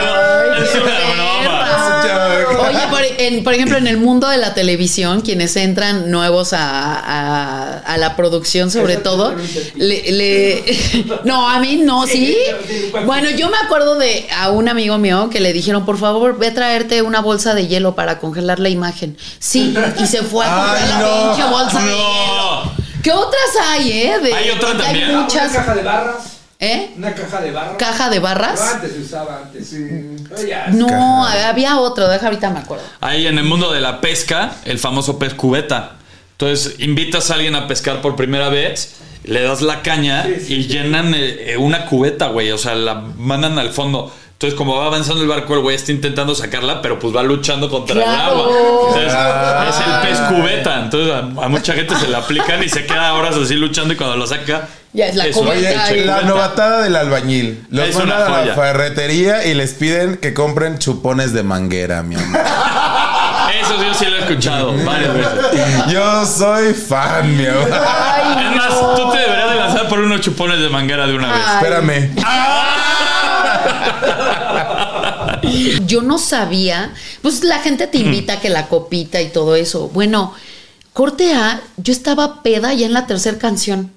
S2: Ay,
S1: Es
S2: qué
S1: una broma.
S2: perra.
S3: Joke.
S2: Oye, por, en- por ejemplo, en el mundo de la televisión, quienes entran nuevos a, a- a la producción, sobre todo, le, le- no, a mí no, sí. Bueno, yo me acuerdo de a un amigo mío que le dijeron, por favor, ve a traerte una bolsa de hielo para congelar la imagen. Sí, y se fue a
S3: Ay,
S2: congelar la
S3: no.
S2: pinche bolsa de hielo.
S1: No.
S2: ¿Qué otras hay, eh? De-
S1: Hay otra
S2: porque
S1: también.
S7: Una
S2: muchas,
S7: caja de barras.
S2: ¿eh?
S7: Una caja de barras.
S2: Caja de
S7: Pero
S2: barras.
S7: antes se usaba antes. Pero ya.
S2: No, había otro, deja ahorita me acuerdo.
S1: Ahí en el mundo de la pesca, el famoso pez cubeta. Entonces invitas a alguien a pescar por primera vez, le das la caña y llenan eh, eh, una cubeta, güey. O sea, la mandan al fondo. Entonces, como va avanzando el barco, el güey está intentando sacarla, pero pues va luchando contra
S2: Claro.
S1: el agua. Entonces,
S3: Ah.
S1: es el pez cubeta. Entonces, a, a mucha gente se la aplican y se queda horas así luchando y cuando lo saca.
S2: Ya es la
S1: un
S2: cubeta.
S3: Oye,
S1: pinche
S2: Ay,
S3: la
S1: cubeta.
S3: novatada del albañil. Los
S1: Es
S3: mandan
S1: una
S3: a
S1: joya.
S3: la ferretería y les piden que compren chupones de manguera, mi amor.
S1: Eso yo sí lo he escuchado varias veces.
S3: Yo soy fan, mi amor.
S2: Ay,
S1: Es más,
S2: no. Ah.
S1: tú te deberías de lanzar por unos chupones de manguera de una vez.
S2: Ay.
S3: Espérame.
S2: Yo no sabía, pues la gente
S3: Mm.
S2: te invita que la copita y todo eso. Bueno, corte A, yo estaba peda ya en la tercera canción.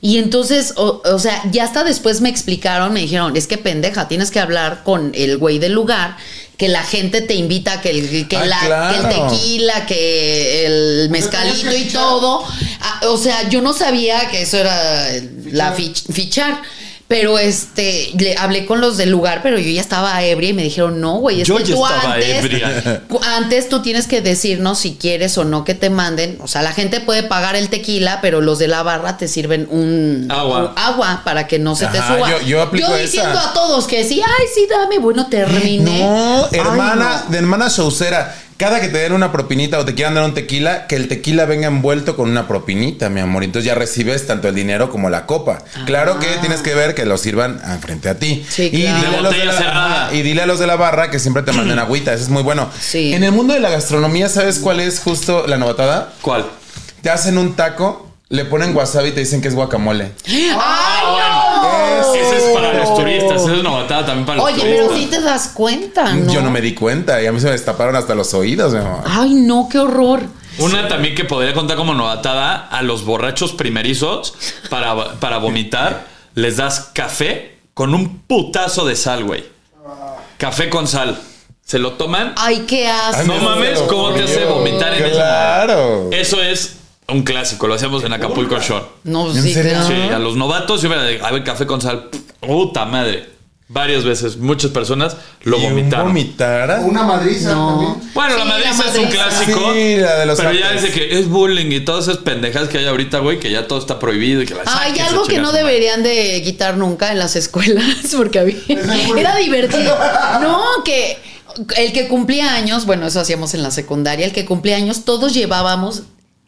S2: Y entonces, o, o sea, ya hasta después me explicaron, me dijeron, es que pendeja, tienes que hablar con el güey del lugar, que la gente te invita, que el, que
S3: Ah,
S2: la-
S3: claro.
S2: que el tequila, que el mezcalito y
S7: fichar.
S2: todo. Ah, o sea, yo no sabía que eso era la fich- fichar. Pero este, le hablé con los del lugar, pero yo ya estaba ebria y me dijeron, no, güey, es
S1: Yo
S2: que
S1: ya
S2: tú
S1: estaba
S2: antes,
S1: ebria.
S2: cu- antes tú tienes que decirnos si quieres o no que te manden. O sea, la gente puede pagar el tequila, pero los de la barra te sirven un
S1: Agua.
S2: un agua para que no se te
S3: Ajá,
S2: suba.
S3: yo- yo aplico esa.
S2: diciendo a todos que sí, ay, sí, dame, bueno, terminé.
S3: No,
S2: ¿eh? Ay,
S3: hermana,
S2: no.
S3: de hermana showcera. Cada que te den una propinita o te quieran dar un tequila, que el tequila venga envuelto con una propinita, mi amor. Entonces ya recibes tanto el dinero como la copa. Claro que tienes que ver que lo sirvan ah, frente a ti.
S2: Ah. Sí, claro.
S1: De
S3: a los
S1: botella
S3: la-
S1: cerrada.
S3: ah, y dile a los de la barra que siempre te manden agüita. Eso es muy bueno.
S2: Sí.
S3: En el mundo de la gastronomía, ¿sabes cuál es justo la novatada?
S1: ¿Cuál?
S3: Te hacen un taco, le ponen wasabi y te dicen que es guacamole.
S2: ¡Ay,
S3: Eso.
S2: no!
S1: Ese es para
S3: Oh.
S1: los turistas, esa es novatada también para los
S2: Oye,
S1: turistas.
S2: pero sí te das cuenta, Ah, ¿no?
S3: Yo no me di cuenta y a mí se me destaparon hasta los oídos, mi amor.
S2: Ay, no, qué horror.
S1: Una también que podría contar como novatada a los borrachos primerizos para, para vomitar, les das café con un putazo de sal, güey. Café con sal. Se lo toman.
S2: Ay, qué
S3: Ah,
S2: asco.
S1: Ah, No mames, ¿cómo te hace vomitar en esa
S3: Claro.
S1: Eso es un clásico, lo hacíamos en Acapulco Shore.
S2: No,
S3: ¿En
S2: sí,
S3: serio?
S2: claro.
S1: Sí, a los novatos, yo me la de- a ver, café con sal. Puta madre. Varias veces, muchas personas lo
S3: Y un
S1: vomitaron.
S3: vomitar.
S7: Una madriza
S2: No.
S7: también.
S1: Bueno, la
S2: Sí,
S1: madriza
S2: la
S1: es un
S2: madriza.
S1: clásico.
S3: Sí, la de los
S1: pero ya
S3: antes.
S1: desde que es bullying y todas esas pendejadas que hay ahorita, güey, que ya todo está prohibido y que la
S2: Hay
S1: saques,
S2: algo
S1: la
S2: que
S1: chingada
S2: no
S1: su madre.
S2: deberían de quitar nunca en las escuelas, porque había, era divertido. No, que el que cumplía años, bueno, eso hacíamos en la secundaria, el que cumplía años, todos llevábamos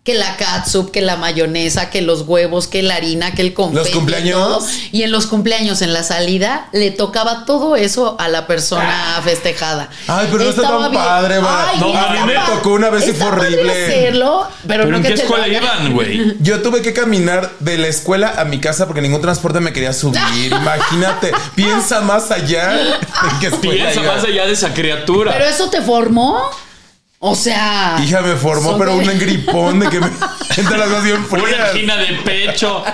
S2: que la catsup, que la mayonesa, que los huevos, que la harina, que el confeti.
S3: ¿Los cumpleaños?
S2: todo. Y en los cumpleaños, en la salida, le tocaba todo eso a la persona festejada.
S3: Ay, pero no está
S2: Estaba
S3: tan
S2: bien-
S3: padre, va.
S2: Ay,
S1: No,
S2: mira,
S1: a mí me
S2: está pa-
S3: tocó una vez y
S2: está
S3: fue
S2: padre
S3: horrible.
S2: hacerlo, pero,
S1: ¿Pero
S2: no
S1: en
S2: que
S1: qué
S2: te lo
S1: escuela
S2: hagan.
S1: iban, güey?
S3: Yo tuve que caminar de la escuela a mi casa porque ningún transporte me quería subir. Imagínate, piensa más allá. ¿En qué escuela
S1: Piensa
S3: iba?
S1: más allá de esa criatura.
S2: ¿Pero eso te formó? O sea.
S3: Hija, me formó,
S2: son
S3: pero
S2: de-
S3: un gripón de que me entran las dos bien
S1: Una
S3: frías.
S1: angina de pecho.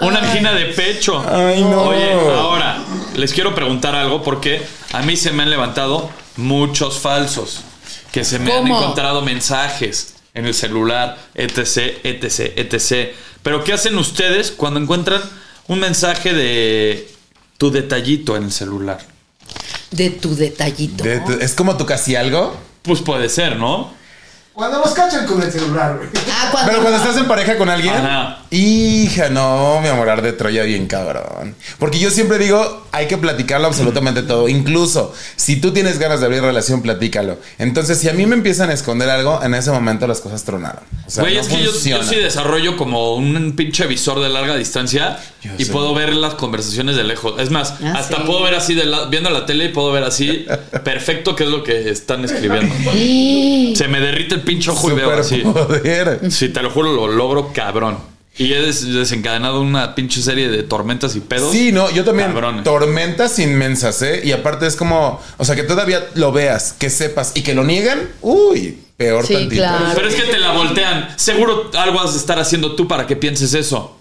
S1: Una angina de pecho.
S3: Ay, no.
S1: Oye, ahora les quiero preguntar algo porque a mí se me han levantado muchos falsos que se me han
S2: ¿Cómo?
S1: encontrado mensajes en el celular, etc, etc, etc. Pero ¿qué hacen ustedes cuando encuentran un mensaje de tu detallito en el celular?
S2: De tu detallito.
S3: De- de- es como tu casi algo.
S1: Pues puede ser, ¿no?
S7: Cuando nos cachan con el celular, güey.
S1: Pues,
S2: Ah, cuando.
S3: Pero cuando estás en pareja con alguien,
S1: Ajá.
S3: hija, no, mi amor, de Troya bien cabrón. Porque yo siempre digo, hay que platicarlo absolutamente todo. Incluso si tú tienes ganas de abrir relación, platícalo. Entonces, si a mí me empiezan a esconder algo, en ese momento las cosas tronaron. O sea,
S1: Güey,
S3: no
S1: es que yo, yo
S3: funciona.
S1: sí desarrollo como un pinche visor de larga distancia
S3: Yo
S1: y
S3: sé.
S1: puedo ver las conversaciones de lejos. Es más,
S2: Ah,
S1: hasta
S2: sí.
S1: puedo ver así, de la- viendo la tele y puedo ver así perfecto qué es lo que están escribiendo.
S2: Sí.
S1: Se me derrite el pinche ojo y veo así.
S3: Superpoder.
S1: Sí, te lo juro, lo logro cabrón. Y he des- desencadenado una pinche serie de tormentas y pedos.
S3: Sí, no, yo también.
S1: Cabrones.
S3: Tormentas inmensas, ¿eh? Y aparte es como, o sea, que todavía lo veas, que sepas y que lo niegan, uy, peor
S2: Sí,
S3: tantito.
S2: claro.
S1: Pero es que te la voltean. Seguro algo has de estar haciendo tú para que pienses eso.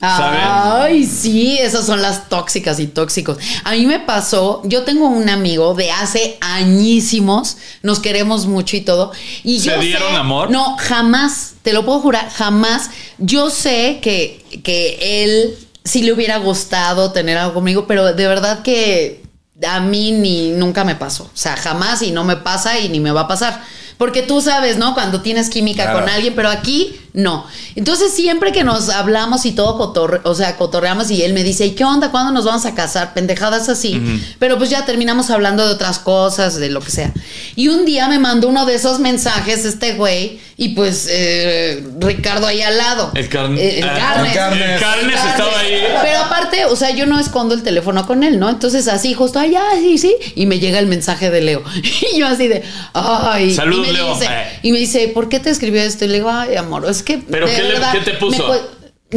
S1: ¿Saben?
S2: Ay, sí, esas son las tóxicas y tóxicos. A mí me pasó, yo tengo un amigo de hace añísimos, nos queremos mucho y todo. Y
S1: ¿Se
S2: yo
S1: dieron
S2: sé-
S1: amor?
S2: No, jamás, te lo puedo jurar, jamás. Yo sé que, que él sí le hubiera gustado tener algo conmigo, pero de verdad que a mí ni nunca me pasó. O sea, jamás y no me pasa y ni me va a pasar. Porque tú sabes, ¿no? Cuando tienes química
S3: Claro.
S2: con alguien, pero aquí No. Entonces, siempre que nos hablamos y todo, cotorre, o sea, cotorreamos y él me dice, ¿y qué onda? ¿Cuándo nos vamos a casar? Pendejadas así. Pero pues ya terminamos hablando de otras cosas, de lo que sea. Y un día me mandó uno de esos mensajes este güey y pues eh, Ricardo ahí al lado.
S1: El carne.
S2: Eh, el Carnes.
S3: el Carnes.
S1: El carnes estaba ahí.
S2: Pero aparte, o sea, yo no escondo el teléfono con él, ¿no? Entonces así, justo allá, sí, sí. Y me llega el mensaje de Leo. Y yo así de, ay.
S1: Saludos,
S2: y me
S1: Leo.
S2: dice-
S1: Eh.
S2: y me dice, ¿por qué te escribió esto? Y le digo, ay, amor, es que.
S1: ¿Pero
S2: de
S1: qué le- qué te
S2: me
S1: puso?
S2: cu-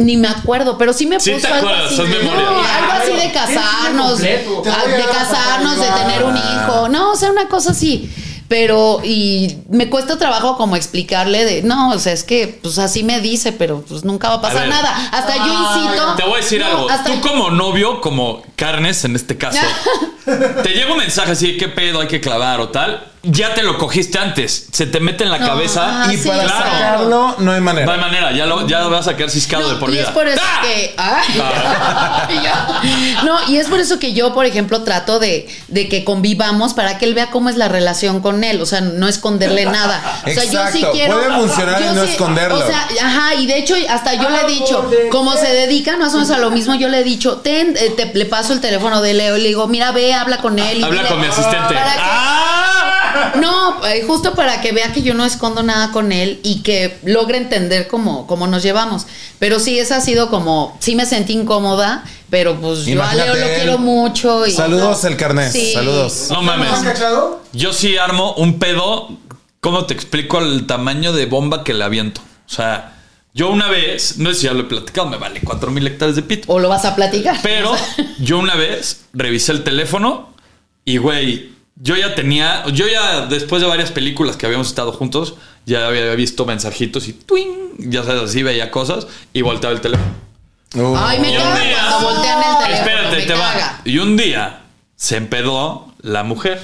S2: ni me acuerdo, pero sí me
S1: Sí te
S2: puso algo
S1: acuerdas,
S2: así.
S1: haz memoria.
S2: No, algo así de casarnos,
S6: Tienes un completo.
S2: a-
S7: Te voy a
S2: de
S7: dar para
S2: casarnos, de
S7: arriba.
S2: tener un hijo. No, o sea, una cosa así. Pero, y me cuesta trabajo como explicarle de, no, o sea, es que, pues así me dice, pero pues nunca va a pasar
S1: ver.
S2: nada. Hasta yo incito.
S1: Ah, Te voy a decir
S2: No,
S1: algo.
S2: hasta-
S1: Tú como novio, como carnes en este caso, te llega un mensaje así, ¿qué pedo hay que clavar o tal? Ya te lo cogiste antes. Se te mete en la
S2: No,
S1: cabeza.
S2: Ah,
S3: y
S2: sí,
S3: para
S1: claro.
S3: sacarlo no hay manera.
S1: No hay manera, ya lo, ya lo vas a sacar ciscado de por
S2: y
S1: vida.
S2: es por eso
S1: ¡Ah!
S2: que. ay, ya. no, y es por eso que yo, por ejemplo, trato de, de que convivamos para que él vea cómo es la relación con él. O sea, no esconderle nada. O sea, yo sí
S3: Exacto,
S2: quiero.
S3: puede funcionar
S2: yo
S3: el no esconderlo.
S2: O sea, ajá, y de hecho, hasta yo le
S1: Ah,
S2: he dicho,
S7: Amor de
S2: como
S7: Dios.
S2: se dedican más o menos a lo mismo, yo le he dicho, ten, eh, te- le paso el teléfono de Leo y le digo, mira, ve, habla con él. y
S1: Habla
S2: dile-
S1: con mi asistente.
S2: Para que-
S1: ¡Ah!
S2: no, eh, justo para que vea que yo no escondo nada con él y que logre entender cómo, cómo nos llevamos. Pero sí, esa ha sido como, sí me sentí incómoda, pero pues yo a Leo
S3: Imagínate
S2: lo
S3: él.
S2: quiero mucho. Y,
S3: Saludos, el carnet. Saludos.
S1: No
S7: ¿No has
S1: mames.
S7: cachado?
S1: Yo sí armo un pedo. ¿Cómo te explico el tamaño de bomba que le aviento? O sea, yo una vez, no sé si ya lo he platicado, me vale 4000 hectáreas de pito.
S2: O lo vas a platicar.
S1: Pero yo una vez revisé el teléfono y, güey, yo ya tenía, yo ya después de varias películas que habíamos estado juntos, ya había visto mensajitos y twing, ya sabes, así veía cosas y volteaba el teléfono.
S3: Uh.
S2: Ay, me
S1: Y un
S2: caga
S1: día-
S2: cuando voltean el teléfono.
S1: Espérate,
S2: me
S1: te va.
S2: caga.
S1: Y un día se empedó la mujer.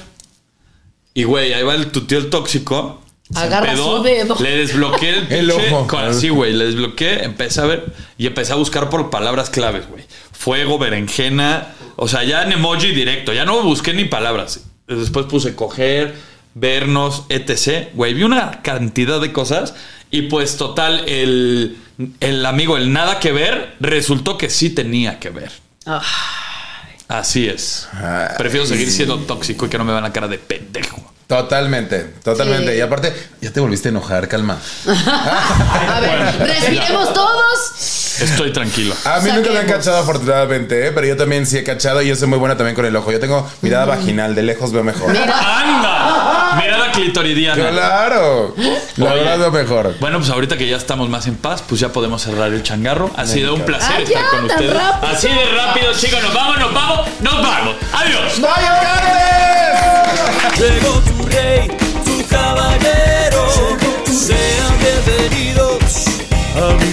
S1: Y güey, ahí va el, tu tío el tóxico. se
S2: Agarra su dedo.
S1: Le desbloqueé el,
S3: El
S1: pinche-
S3: ojo.
S1: con- así, güey, le desbloqueé, empecé a ver y empecé a buscar por palabras claves, güey. Fuego, berenjena, o sea, ya en emoji directo, ya no busqué ni palabras. Después puse coger, vernos, etc. Güey, vi una cantidad de cosas y pues total, el, el amigo, el nada que ver, resultó que sí tenía que ver.
S2: Ah.
S1: Así es. Prefiero seguir siendo tóxico y que no me vean la cara de pendejo.
S3: Totalmente, totalmente.
S2: Sí.
S3: Y aparte, ya te volviste a enojar, calma.
S2: A ver,
S1: Bueno.
S2: respiremos todos.
S1: Estoy tranquilo.
S3: A mí nunca me han
S2: Saquemos.
S3: cachado, afortunadamente, ¿eh? pero yo también sí he cachado y yo soy muy buena también con el ojo. Yo tengo mirada vaginal, de lejos veo mejor.
S1: ¡Anda! Mirada clitoridiana.
S3: Claro, la
S1: Oye.
S3: verdad veo mejor.
S1: Bueno, pues ahorita que ya estamos más en paz, pues ya podemos cerrar el changarro. Ha sido un placer
S2: Ay,
S1: estar
S2: Ah, ya,
S1: con
S2: tan
S1: ustedes.
S2: rápido.
S1: Así de rápido, chicos. Nos vamos, nos vamos, nos vamos. Adiós.
S3: ¡Vaya Carmen!
S5: Llegó tu rey, tu caballero, sean bienvenidos a mi